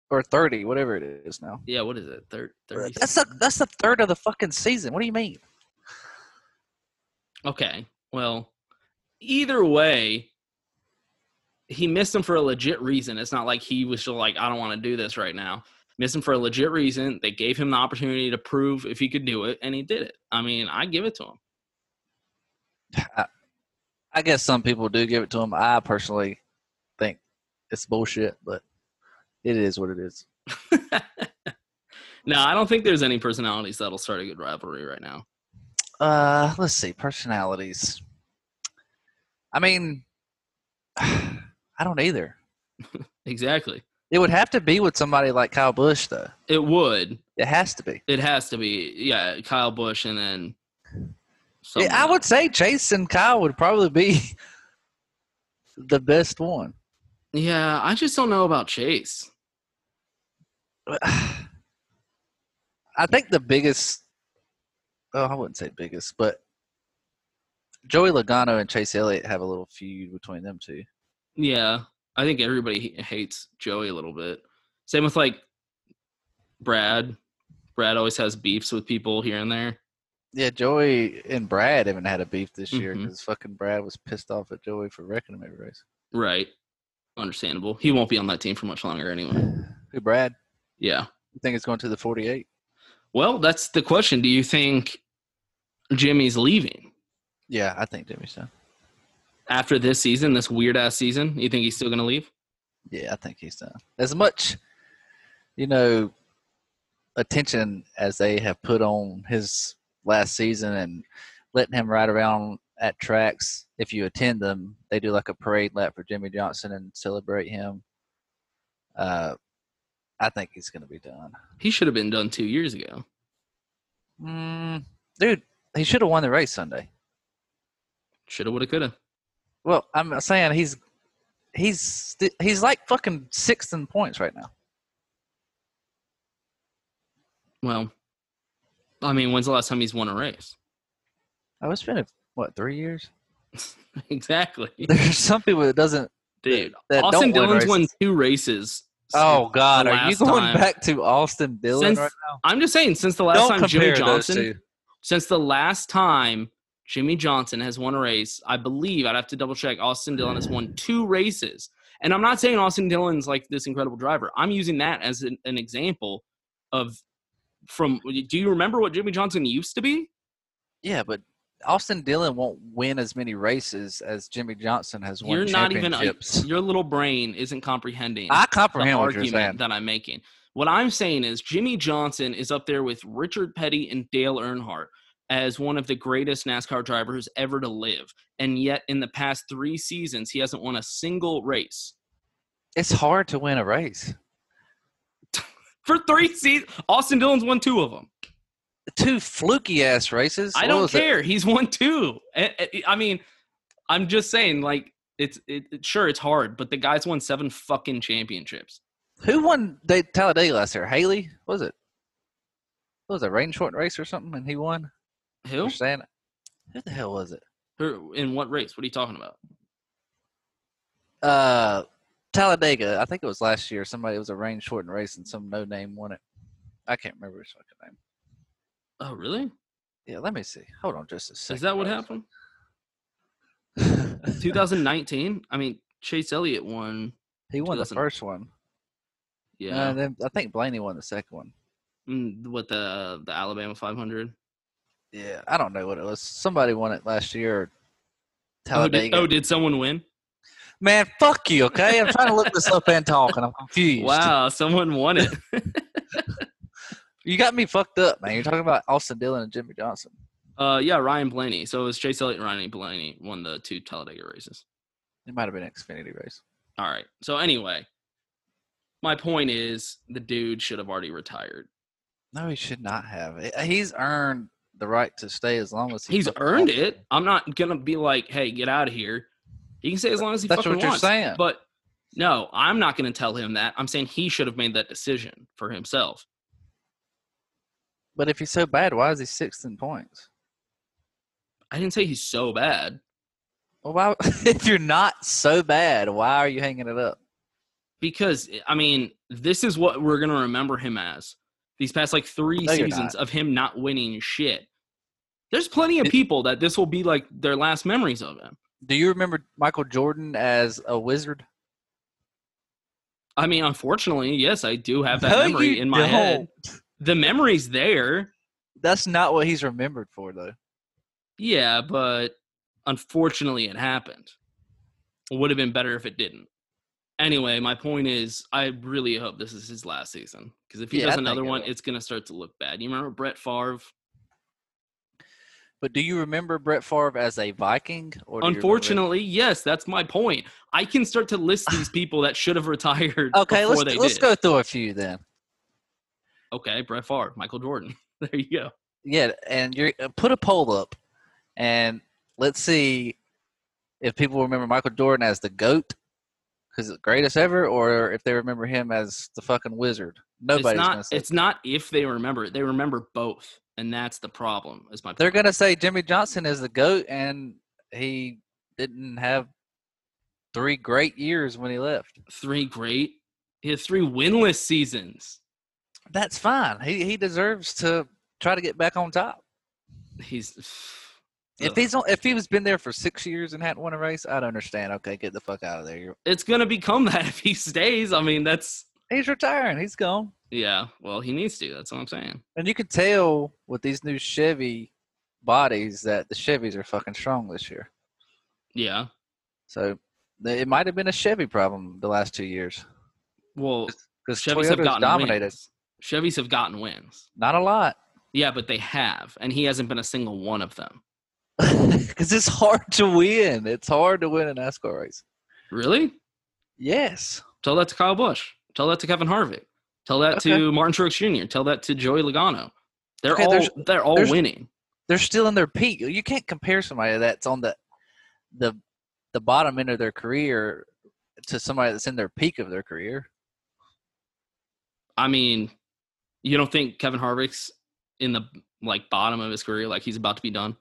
or thirty, whatever it is now.
Yeah. What is it? Thir- Thirty.
That's a that's the third of the fucking season. What do you mean?
Okay. Well, either way, he missed him for a legit reason. It's not like he was just like, I don't want to do this right now. Missed him for a legit reason. They gave him the opportunity to prove if he could do it, and he did it. I mean, I give it to him.
I guess some people do give it to him. I personally think it's bullshit, but it is what it is.
No, I don't think there's any personalities that'll start a good rivalry right now.
Uh, let's see personalities. I mean, I don't either.
Exactly.
It would have to be with somebody like Kyle Bush, though.
It would.
It has to be.
It has to be. Yeah, Kyle Bush and then someone
Yeah, I would say Chase and Kyle would probably be the best one.
Yeah, I just don't know about Chase.
I think the biggest. Oh, I wouldn't say biggest, but Joey Logano and Chase Elliott have a little feud between them two.
Yeah, I think everybody h- hates Joey a little bit. Same with like Brad. Brad always has beefs with people here and there.
Yeah, Joey and Brad haven't had a beef this year
Mhm.
because fucking Brad was pissed off at Joey for wrecking him every race.
Right. Understandable. He won't be on that team for much longer anyway.
Who, Brad?
Yeah.
You think it's going to the 48?
Well, that's the question. Do you think Jimmy's leaving
Yeah, I think Jimmy's done.
after this season, this weird ass season? You think he's still going to leave?
Yeah, I think he's done. As much, you know, attention as they have put on his last season and letting him ride around at tracks, if you attend them, they do like a parade lap for Jimmy Johnson and celebrate him. Uh, I think he's going to be done.
He should have been done two years ago.
Mm, dude, he should have won the race Sunday.
Should have, would have, could have.
Well, I'm saying he's he's st- he's like fucking sixth in points right now.
Well, I mean, when's the last time he's won a race?
Oh, it's been what three years?
exactly.
There's some people that doesn't
Dude,
that don't
Austin
win
Dillon's
races.
won two races.
Oh
since
God,
the
are you
last
going
time-
back to Austin Dillon
since-
right
I'm just saying, since the last
Don't
time Jimmy
compare those
Johnson,
two.
since the last time Jimmy Johnson has won a race, I believe I'd have to double check. Austin Dillon has won two races, and I'm not saying Austin Dillon's like this incredible driver. I'm using that as an, an example of from. Do you remember what Jimmy Johnson used to be?
Yeah, but Austin Dillon won't win as many races as Jimmy Johnson has won
You're not even
championships.
your little brain isn't comprehending.
I comprehend
the
what you're
argument
saying.
that I'm making. What I'm saying is Jimmy Johnson is up there with Richard Petty and Dale Earnhardt as one of the greatest NASCAR drivers ever to live, and yet in the past three seasons he hasn't won a single race
It's hard to win a race.
for three seasons. Austin Dillon's won two of them.
Two fluky ass races.
I
What
don't
was it?
care. He's won two. I, I- I mean, I'm just saying like. It's it, it- sure it's hard, but the guy's won seven fucking championships.
Who won the Talladega last year? Haley? What was it? What was it? Rain short race or something? And he won.
Who?
Saying, who the hell was it?
Who- In what race? What are you talking about?
Uh, Talladega. I think it was last year. Somebody it was a rain shortened race and some no name won it. I can't remember his fucking name.
Oh, really?
Yeah, let me see. Hold on just a second.
Is that what happened? 2019. I mean, Chase Elliott won.
He won the
2000
first one.
Yeah.
Uh, then I think Blaney won the second one.
Mm, what the the Alabama 500?
Yeah, I don't know what it was. Somebody won it last year.
Oh did,
Talladega.
oh, did someone win?
Man, fuck you. Okay, I'm trying to look this up and talk, and I'm confused.
Wow, someone won it.
You got me fucked up, man. You're talking about Austin Dillon and Jimmy Johnson.
Uh, yeah, Ryan Blaney. So it was Chase Elliott and Ryan Blaney won the two Talladega races.
It might have been Xfinity race.
All right. So anyway, my point is the dude should have already retired.
No, he should not have. He- He's earned the right to stay as long as he
He's
fucking
earned
wants.
it. I'm not gonna be like, hey, get out of here. He can stay as long as he
That's
fucking
what you're
wants.
saying.
But no, I'm not gonna tell him that. I'm saying he should have made that decision for himself.
But if he's so bad, why is he sixth in points?
I didn't say he's so bad
Well, why, if you're not so bad, why are you hanging it up?
because eh, I mean, this is what we're gonna remember him as. These past like three
No, you're
seasons
not.
of him not winning shit. There's plenty of people that this will be like their last memories of him.
Do you remember Michael Jordan as a wizard?
I mean, unfortunately, yes, I do have that
No,
memory
you
in my head. The memory's there.
That's not what he's remembered for, though.
Yeah, but unfortunately, it happened. It would have been better if it didn't. Anyway, my point is, I really hope this is his last season because if he
Yeah, I
does
think
another
it
one,
will.
it's going to start to look bad. You remember Brett Favre?
But do you remember Brett Favre as a Viking? Or do you remember-
Unfortunately, yes, that's my point. I can start to list these people that should have retired.
okay,
before
let's
they
let's
did.
go through a few then.
Okay, Brett Favre, Michael Jordan. There you go.
Yeah, and you are put a poll up, and let's see if people remember Michael Jordan as the goat, because the greatest ever, or if they remember him as the fucking wizard. Nobody's
it's
gonna
not.
say.
It's not if they remember it. They remember both, and that's the problem. Is my point.
They're gonna say Jimmy Johnson is the goat, and he didn't have three great years when he left.
three great. He had three winless seasons.
That's fine. He he deserves to try to get back on top.
He's
If
Ugh.
he's on, if he was been there for six years and hadn't won a race, I'd understand. Okay, get the fuck out of there. You're,
it's gonna become that if he stays. I mean, that's
he's retiring. He's gone.
yeah. Well, he needs to. That's what I'm saying.
And you can tell with these new Chevy bodies that the Chevys are fucking strong this year.
Yeah.
So th- it might have been a Chevy problem the last two years
Well,
because
Chevys
Chevys
have gotten
dominated.
wins. Chevys have gotten wins.
Not a lot
Yeah, but they have, and he hasn't been a single one of them.
because it's hard to win. It's hard to win an NASCAR race.
Really?
Yes.
Tell that to Kyle Busch. Tell that to Kevin Harvick. Tell that to Martin Truex Jr. Tell that to Joey Logano. They're
Okay, there's-
all they're all
there's-
winning.
They're still in their peak. You can't compare somebody that's on the the the bottom end of their career to somebody that's in their peak of their career.
I mean, you don't think Kevin Harvick's in the like bottom of his career, like he's about to be done?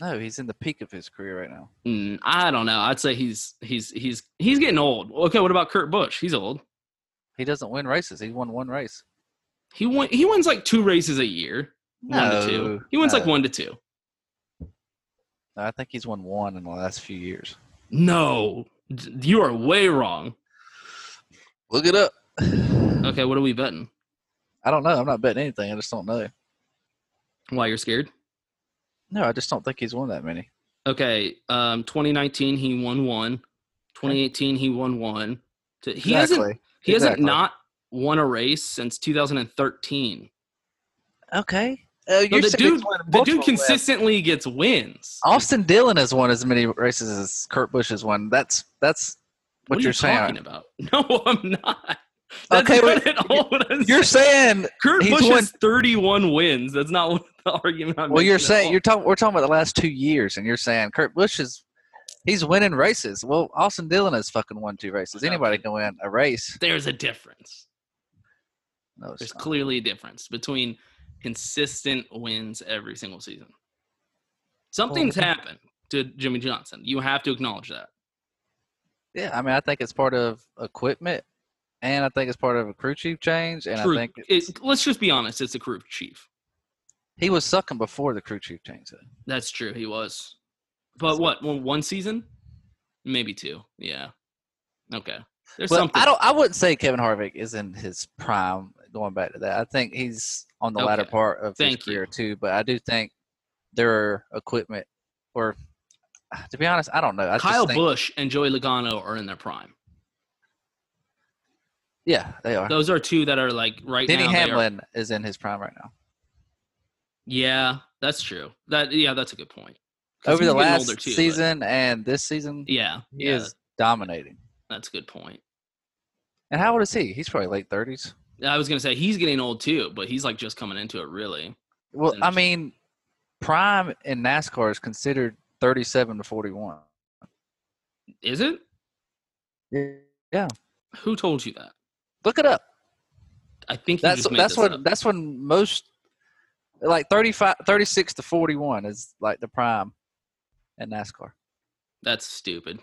No, he's in the peak of his career right now.
Mm, I don't know. I'd say he's he's he's he's getting old. Okay, what about Kurt Busch? He's old.
He doesn't win races. He won one race.
He won. He wins like two races a year. one to
No,
two. He wins like
no.
one to two.
I think he's won one in the last few years.
No, d- you are way wrong.
Look it up.
Okay, what are we betting?
I don't know. I'm not betting anything. I just don't know.
Why you're scared?
No, I just don't think he's won that many.
Okay, um, 2019 he won one. 2018 he won one. T- He hasn't.
Exactly,
He hasn't
exactly.
not won a race since 2013.
Okay. Uh,
So
you're
the
saying he's
dude,
won
the
multiple
dude
last-
consistently gets wins.
Austin Dillon has won as many races as Kurt Busch has won. That's that's what,
What are
you're
you
saying.
talking about? No, I'm not. That's
Okay,
not
but
at all what I'm
You're saying
Kurt
he's
Busch
won-
has 31 wins. That's not what the argument I'm
well,
making
you're
at
saying
all.
you're talking. We're talking about the last two years, and you're saying Kurt Busch is he's winning races. Well, Austin Dillon has fucking won two races. Anybody can win a race.
There's a difference.
No, it's
There's
not.
clearly a difference between consistent wins every single season. Something's happened to Jimmy Johnson. You have to acknowledge that.
Yeah, I mean, I think it's part of equipment, and I think it's part of a crew chief change, and
True.
I think
It- let's just be honest. It's the crew chief.
he was sucking before the crew chief change. Though.
That's true. He was. But what? One one season? Maybe two. Yeah. Okay. There's
But
something.
I don't. I wouldn't say Kevin Harvick is in his prime. Going back to that, I think he's on the latter
Okay.
part of
Thank
his career too. But I do think their equipment, or to be honest, I don't know. I just
Kyle
think-
Bush and Joey Logano are in their prime.
Yeah, they are.
Those are two that are like right
Uh-huh. Denny
now. they are-
Hamlin is in his prime right now.
yeah, that's true. That yeah, that's a good point. 'Cause
Over
he's
the
getting
last
older too, but-
season and this season,
Yeah,
he
yeah.
is dominating.
That's a good point.
And how old is he? He's probably late thirties.
I was gonna say he's getting old too, but he's like just coming into it really.
Well,
It's
I mean, prime in NASCAR is considered thirty-seven to forty-one.
Is it?
Yeah,
Who told you that?
look it up.
I think you
that's
just made
that's
this
when
up.
that's when most like 35 36 to 41 is like the prime in nascar
That's stupid.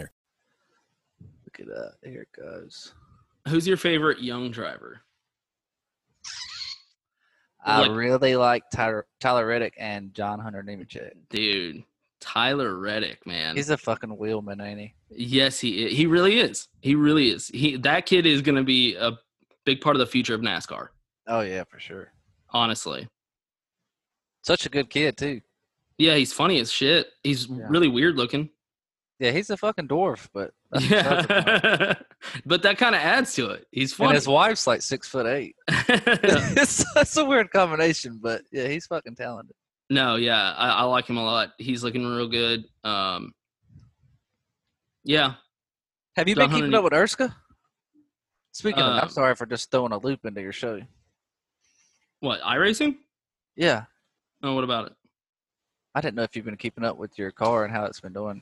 look at that here it goes
Who's your favorite young driver?
i
Like-
really like tyler tyler reddick and john hunter nemechek
Dude, Tyler Reddick, man.
he's a fucking wheelman ain't he
Yes, he is. he really is. He really is. He that kid is going to be a big part of the future of NASCAR.
oh yeah for sure
Honestly,
such a good kid too
yeah, he's funny as shit. He's really weird looking.
yeah he's a fucking dwarf but that's besides the point.
Yeah, but that kind of adds to it. He's
and
funny.
his wife's like six foot eight it's, it's a weird combination but yeah he's fucking talented
No, yeah, I, I like him a lot. He's looking real good. Um, yeah,
have you
John
been keeping
Hunter-
up with erska speaking of
Um,
i'm sorry for just throwing a loop into your show
what iRacing?
yeah
No, what about it?
I didn't know if you've been keeping up with your car and how it's been doing.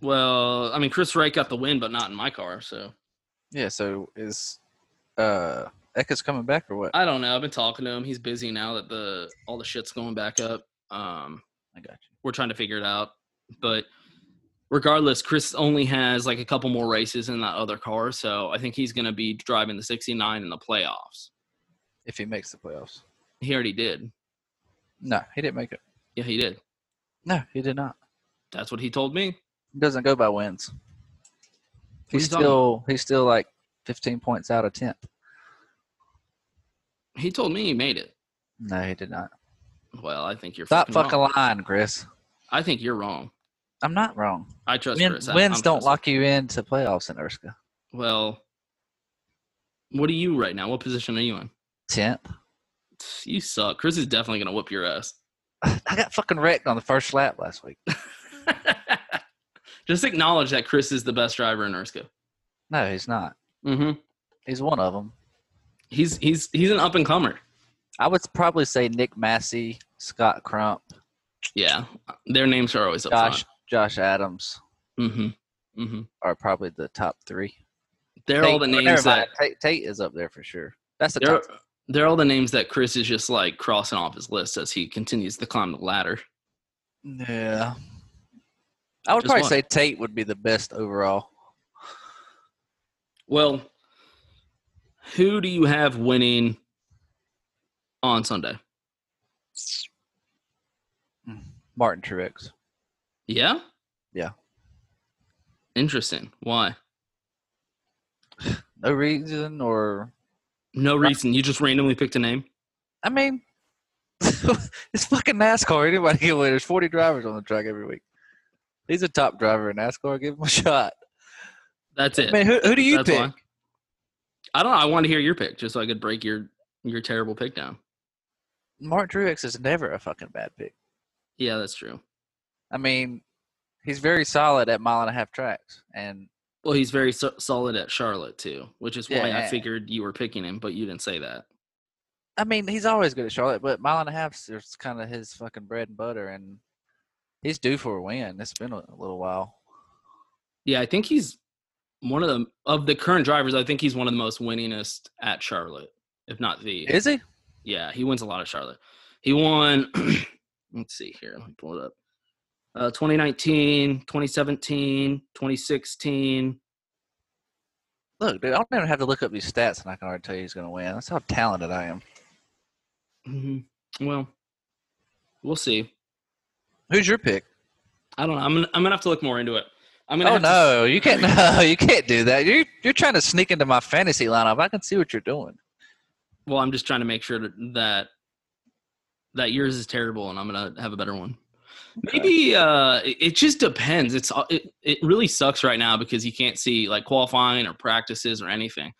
Well, I mean, Chris Wright got the win, but not in my car. So
Yeah, so is uh Eka's coming back or what?
I don't know. I've been talking to him. He's busy now that the all the shit's going back up. Um,
I got you.
We're trying to figure it out, but regardless, Chris only has like a couple more races in that other car, so I think he's going to be driving the 69 in the playoffs.
If he makes the playoffs.
He already did.
No, he didn't make it.
Yeah, he did.
No, he did not.
That's what he told me.
He doesn't go by wins. He's
you talking
still he's still like fifteen points out of tenth.
He told me he made it.
No, he did not.
Well, I think you're
Stop
fucking,
fucking
wrong.
lying, Chris.
I think you're wrong.
I'm not wrong.
I trust
Win-
Chris. I-
wins
I'm
don't
trusting.
lock you into playoffs in Erska.
Well, what are you right now? What position are you in?
Tenth.
You suck. Chris is definitely going to whoop your ass.
I got fucking wrecked on the first lap last week.
Just acknowledge that Chris is the best driver in Erskine.
No, he's not.
Mm-hmm.
He's one of them.
He's he's he's an up and comer.
I would probably say Nick Massey, Scott Crump.
Yeah, their names are always up
Josh
front.
Josh Adams
Mm-hmm. Mm-hmm.
are probably the top three.
They're
Tate-
all the
never
names
mind,
that
Tate, Tate is up there for sure. That's the
they're,
top.
they're all the names that Chris is just like crossing off his list as he continues to climb the ladder.
Yeah, I would
Just
probably
one.
say Tate would be the best overall.
Well, who do you have winning on Sunday?
Martin Truex.
Yeah,
Yeah,
interesting. Why?
no reason or
No reason. You just randomly picked a name.
I mean, it's fucking NASCAR. Anybody can win. There's 40 drivers on the track every week. He's a top driver in NASCAR. Give him a shot.
That's it.
Man, who- who do you
That's why.
pick?
I don't know. I want to hear your pick just so I could break your your terrible pick down.
Mark Truex is never a fucking bad pick.
Yeah, that's true.
I mean, he's very solid at mile and a half tracks, and
Well, he's very so- solid at Charlotte too, which is why I
Yeah.
figured you were picking him, but you didn't say that.
I mean, he's always good at Charlotte, but mile and a half's is kind of his fucking bread and butter, and he's due for a win. It's been a a little while.
Yeah, I think he's one of the of the current drivers. I think he's one of the most winningest at Charlotte, if not the.
Is he?
Yeah, he wins a lot of Charlotte. He won. let's see here. Let me pull it up. Uh, 2019, 2017, 2016.
Look, dude, I don't even have to look up these stats, and I can already tell you he's going to win. That's how talented I am.
Mm-hmm. Well, we'll see.
Who's your pick?
I don't know. I'm gonna, I'm gonna have to look more into it. I'm gonna.
oh
have to-
no, you can't! No, you can't do that. You're you're trying to sneak into my fantasy lineup. I can see what you're doing.
well, I'm just trying to make sure that that yours is terrible, and I'm gonna have a better one. Maybe uh, it it just depends. It's uh, it, it really sucks right now because you can't see like qualifying or practices or anything.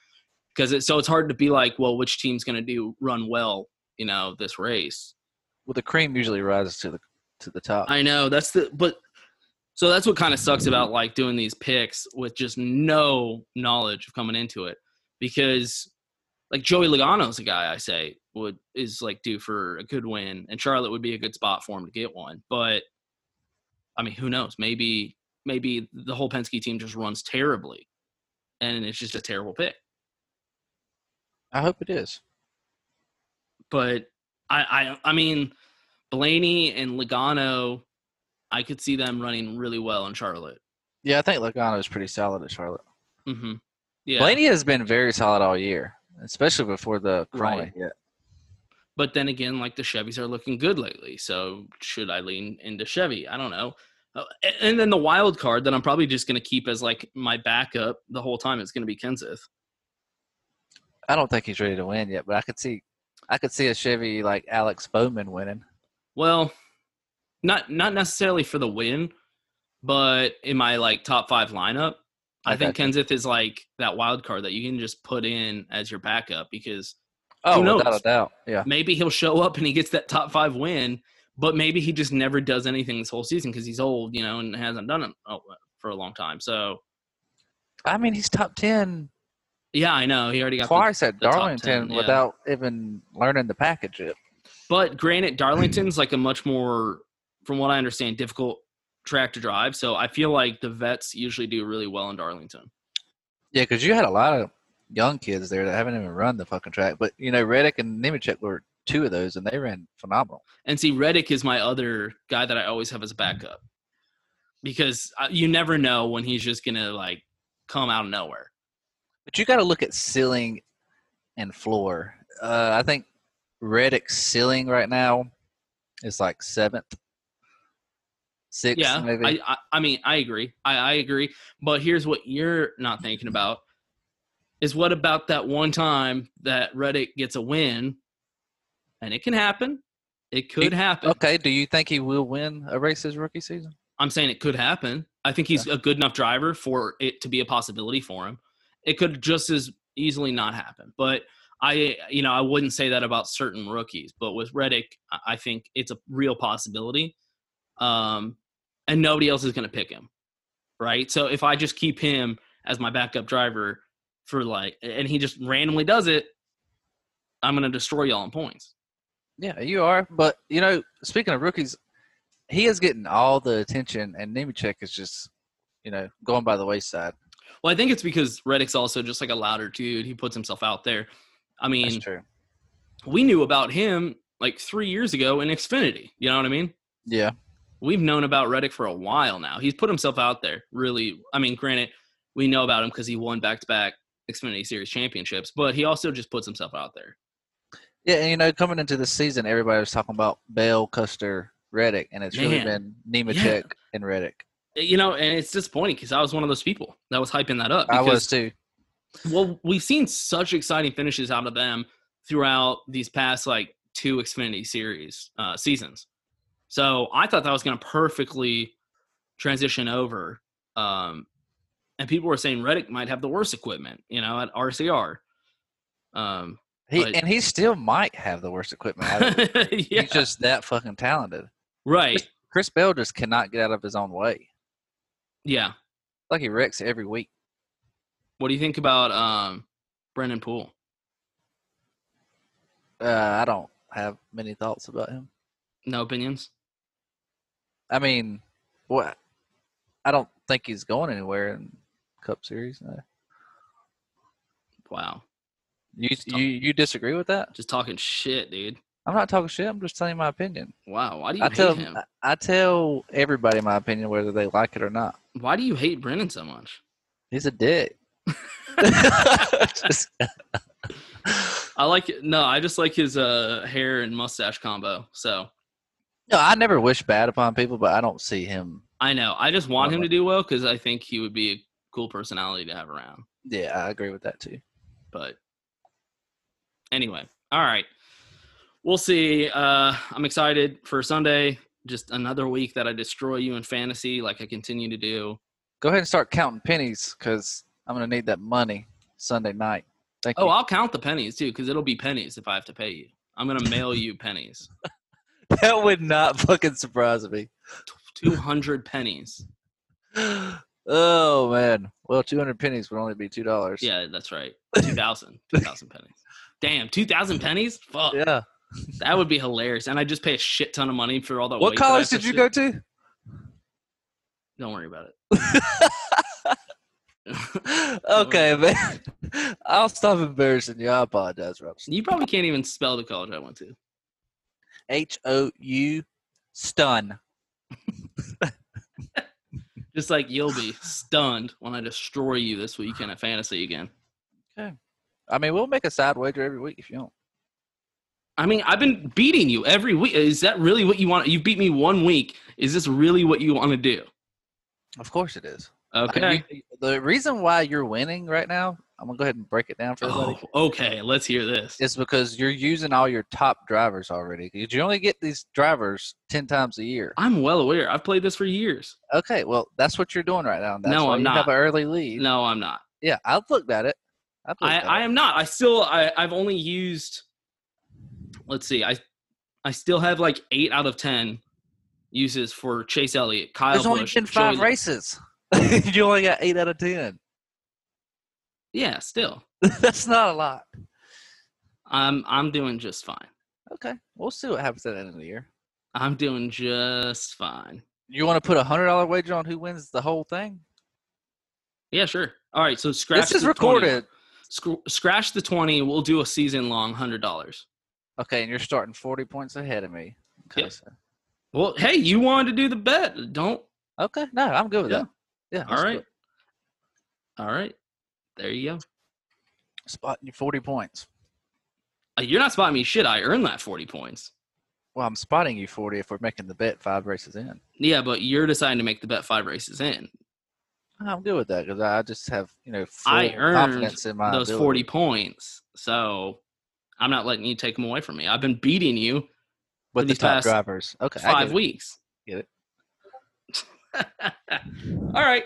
Because it, so it's hard to be like, well, which team's gonna do run well, you know, this race.
Well, the cream usually rises to the to the top.
I know that's the but so that's what kind of sucks about like doing these picks with just no knowledge of coming into it because like Joey Logano's a guy I say would is like due for a good win and Charlotte would be a good spot for him to get one but I mean who knows maybe maybe the whole Penske team just runs terribly and it's just a terrible pick
I hope it is.
but I, I I mean Blaney and Logano I could see them running really well in Charlotte.
Yeah, I think Logano is pretty solid at Charlotte.
Mm-hmm. Yeah.
Blaney has been very solid all year, especially before the corona.
Right.
Yeah.
But then again, like the Chevys are looking good lately. So should I lean into Chevy? I don't know. Uh, a- And then the wild card that I'm probably just going to keep as like my backup the whole time is going to be Kenseth.
I don't think he's ready to win yet, but I could see, I could see a Chevy like Alex Bowman winning.
Well, not not necessarily for the win, but in my like top five lineup, I,
I
think
gotcha.
Kenseth is like that wild card that you can just put in as your backup because
Oh,
who knows?
without a doubt. Yeah.
maybe he'll show up and he gets that top five win, but maybe he just never does anything this whole season because he's old, you know, and hasn't done it uh, for a long time. So
I mean, he's top ten
yeah, I know he already got the-
twice at
the top
Darlington
10, yeah.
without even learning the package yet.
But granted, Darlington's like a much more, from what I understand, difficult track to drive. So I feel like the vets usually do really well in Darlington.
Yeah, because you had a lot of young kids there that haven't even run the fucking track. But you know, Reddick and Nemechek were two of those, and they ran phenomenal.
And see, Reddick is my other guy that I always have as a backup because uh, you never know when he's just gonna like come out of nowhere.
But you got to look at ceiling and floor. Uh, I think Reddick's ceiling right now is like seventh, sixth,
yeah,
maybe.
I, I I mean I agree. I I agree. But here's what you're not thinking about is what about that one time that Reddick gets a win, and it can happen. It could
He-
happen.
okay, do you think he will win a race his rookie season?
I'm saying it could happen. I think he's a good enough driver for it to be a possibility for him. It could just as easily not happen. But I you know I wouldn't say that about certain rookies, but with Reddick, I- I think it's a real possibility, um, and nobody else is going to pick him, right? So if I just keep him as my backup driver for like, and he just randomly does it, I'm going to destroy y'all in points.
Yeah, you are. But you know, speaking of rookies, he is getting all the attention, and Nemechek is just, you know, going by the wayside.
Well, I think it's because Reddick's also just like a louder dude. He puts himself out there. I mean, we knew about him like three years ago in Xfinity. You know what I mean?
Yeah.
We've known about Reddick for a while now. He's put himself out there, really. I mean, granted, we know about him because he won back to back Xfinity Series championships, but he also just puts himself out there.
Yeah, and you know, coming into the season, everybody was talking about Bell, Custer, Reddick, and it's really
Man.
been Nemechek and Reddick.
You know, and it's disappointing because I was one of those people that was hyping that up.
I was
because-
too.
Well, we've seen such exciting finishes out of them throughout these past like two Xfinity series uh, seasons. So I thought that was going to perfectly transition over. Um, and people were saying Reddick might have the worst equipment, you know, at RCR. Um,
He
but-
and he still might have the worst equipment. Out of it.
Yeah.
He's just that fucking talented.
Right.
Chris, Chris Bell just cannot get out of his own way.
yeah.
Like he wrecks every week.
What do you think about um, Brendan Poole?
Uh, I don't have many thoughts about him.
No opinions.
I mean, what? I don't think he's going anywhere in Cup Series. Uh, No.
Wow.
You you you disagree with that?
Just talking shit, dude.
I'm not talking shit. I'm just telling you my opinion.
Wow. Why do you
I
hate
tell
him?
I- I tell everybody my opinion whether they like it or not.
Why do you hate Brendan so much?
He's a dick.
I like it. No, I just like his uh, hair and mustache combo. So
No, I never wish bad upon people, but I don't see him.
I know. I just want him to do well because I think he would be a cool personality to have around.
Yeah, I agree with that too.
But anyway, all right. We'll see. Uh, I'm excited for Sunday. Just another week that I destroy you in fantasy, like I continue to do.
Go ahead and start counting pennies because I'm gonna need that money Sunday night. Thank
Oh,
you.
I'll count the pennies too, because it'll be pennies if I have to pay you. I'm gonna mail you pennies.
that would not fucking surprise me.
Two hundred pennies.
Oh man. Well, 200 pennies would only be two dollars.
Yeah, that's right. 2,000. 2,000 pennies. Damn, 2,000 pennies? Fuck.
Yeah.
That would be hilarious. And I just pay a shit ton of money for all that.
What
weight that I
college
have
did you
sit-
go to?
Don't worry about it.
Okay, man. I'll stop embarrassing you. I apologize, Rob.
You probably can't even spell the college I went to.
H O U stun.
Just like you'll be stunned when I destroy you this weekend at fantasy again.
I mean, we'll make a side wager every week if you want.
I mean, I've been beating you every week. Is that really what you want? You beat me one week. Is this really what you want to do?
Of course it is. I
Okay.
mean, you- the reason why you're winning right now, I'm gonna go ahead and break it down for everybody.
Oh, okay. Let's hear this.
Is because you're using all your top drivers already. 'Cause You only get these drivers ten times a year.
I'm well aware. I've played this for years.
Okay, well that's what you're doing right now. and That's
No,
why
I'm
you Have
not.
an early lead.
No, I'm not.
Yeah, I've looked at it. I've looked
I,
at
I
it.
am not. I still I, I've only used let's see, I I still have like eight out of ten uses for Chase Elliott, Kyle
There's only
Busch,
been
Joey
five
Lo-
races. you only got eight out of ten.
Yeah, still.
That's not a lot.
I'm I'm doing just fine.
Okay, we'll see what happens at the end of the year.
I'm doing just fine.
You want to put a hundred dollar wager on who wins the whole thing?
Yeah, sure. All right, so scratch
this is
the 20.
recorded.
Sc- scratch the twenty. We'll do a season long hundred dollars.
Okay, and you're starting forty points ahead of me. Okay,
Yep.
so-
Well, hey, you wanted to do the bet. Don't.
okay, no, I'm good with
Yeah.
that. Yeah,
All right. All right. There you go.
spotting you forty points.
Uh, You're not spotting me shit. I earned that forty points.
Well, I'm spotting you forty if we're making the bet five races in.
Yeah, but you're deciding to make the bet five races in.
I'm good with that because I just have you know full
I earned
confidence in my
those
ability.
40 points, so I'm not letting you take them away from me. I've been beating you for
with the
these
top
past
drivers. Okay, I
five
get it.
weeks.
Get it.
All right,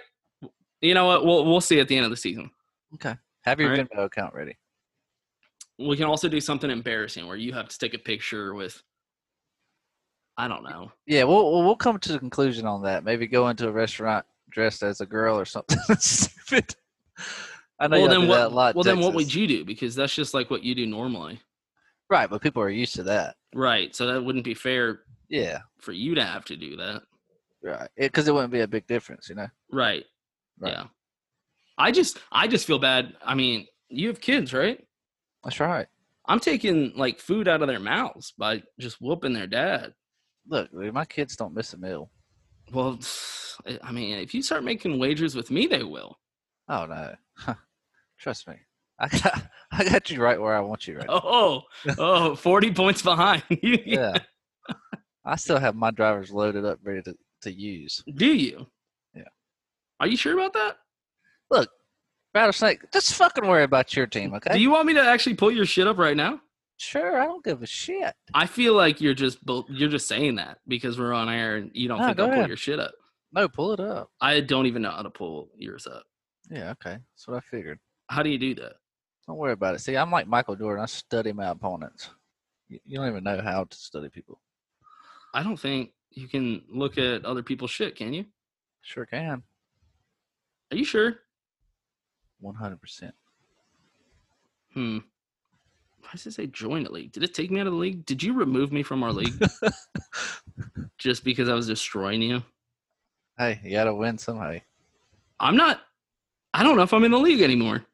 you know what? We'll we'll see at the end of the season.
Okay, have your
All right.
Venmo account ready.
We can also do something embarrassing where you have to take a picture with. I don't know.
Yeah, we'll we'll we'll come to the conclusion on that. Maybe go into a restaurant dressed as a girl or something stupid. I know
well,
y'all
then
do
what?
that a lot.
well, then what would you do? Because that's just like what you do normally,
Right, but people are used to that.
right? So that wouldn't be fair.
Yeah.
For you to have to do that,
Right, because it, wouldn't be a big difference, you know.
right?
Right.
Yeah. I just, I just feel bad. I mean, you have kids, right?
That's right.
I'm taking like food out of their mouths by just whooping their dad.
Look, dude, my kids don't miss a meal.
Well, I mean, if you start making wagers with me, they will.
Oh no, trust me. I got I got you right where I want you right. now.
Oh, oh, 40 points behind.
yeah. I still have my drivers loaded up, ready to, to use.
Do you?
Yeah.
Are you sure about that?
Look, Rattlesnake, just fucking worry about your team, okay?
Do you want me to actually pull your shit up right now?
Sure, I don't give a shit.
I feel like you're just bu- you're just saying that because we're on air and you don't
No,
think
go
I'll pull
ahead.
your shit up.
No, pull it up.
I don't even know how to pull yours up.
Yeah, okay. That's what I figured.
How do you do that?
Don't worry about it. See, I'm like Michael Jordan. I study my opponents. You, you don't even know how to study people.
I don't think you can look at other people's shit, can you?
Sure can.
Are you sure?
100%.
Hmm. Why does it say join a league? Did it take me out of the league? Did you remove me from our league just because I was destroying you?
Hey, you got to win somehow.
I'm not. I don't know if I'm in the league anymore.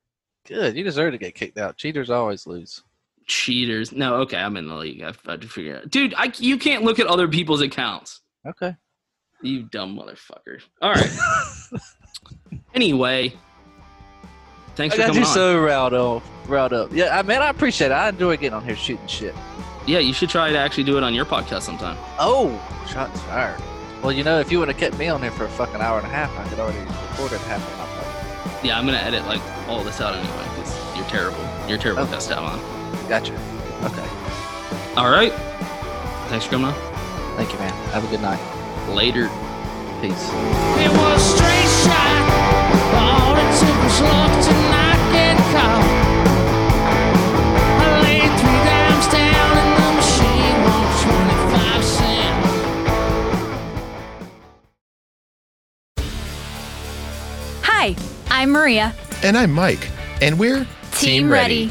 Good. You deserve to get kicked out. Cheaters always lose.
Cheaters. No, okay, I'm in the league. I, I had to figure it out. Dude, I, you can't look at other people's accounts.
Okay.
You dumb motherfucker. All right. anyway, thanks
I
for
got
coming
you
on.
so riled up. Riled up. Yeah, I man, I appreciate it. I enjoy getting on here shooting shit.
yeah, you should try to actually do it on your podcast sometime.
Oh, shots fired. Well, you know, if you would have kept me on here for a fucking hour and a half, I could already recorded half of my podcast.
Yeah, I'm gonna edit like all this out anyway because you're terrible. You're a terrible guest to have on.
Gotcha. Okay.
All right. Thanks for coming on.
Thank you, man. Have a good night.
Later.
Peace.
It was a straight shot. All it took was luck to not get caught. I laid three dimes down and the machine won 25 cents.
Hi, I'm Maria.
And I'm Mike, and we're
Team Ready.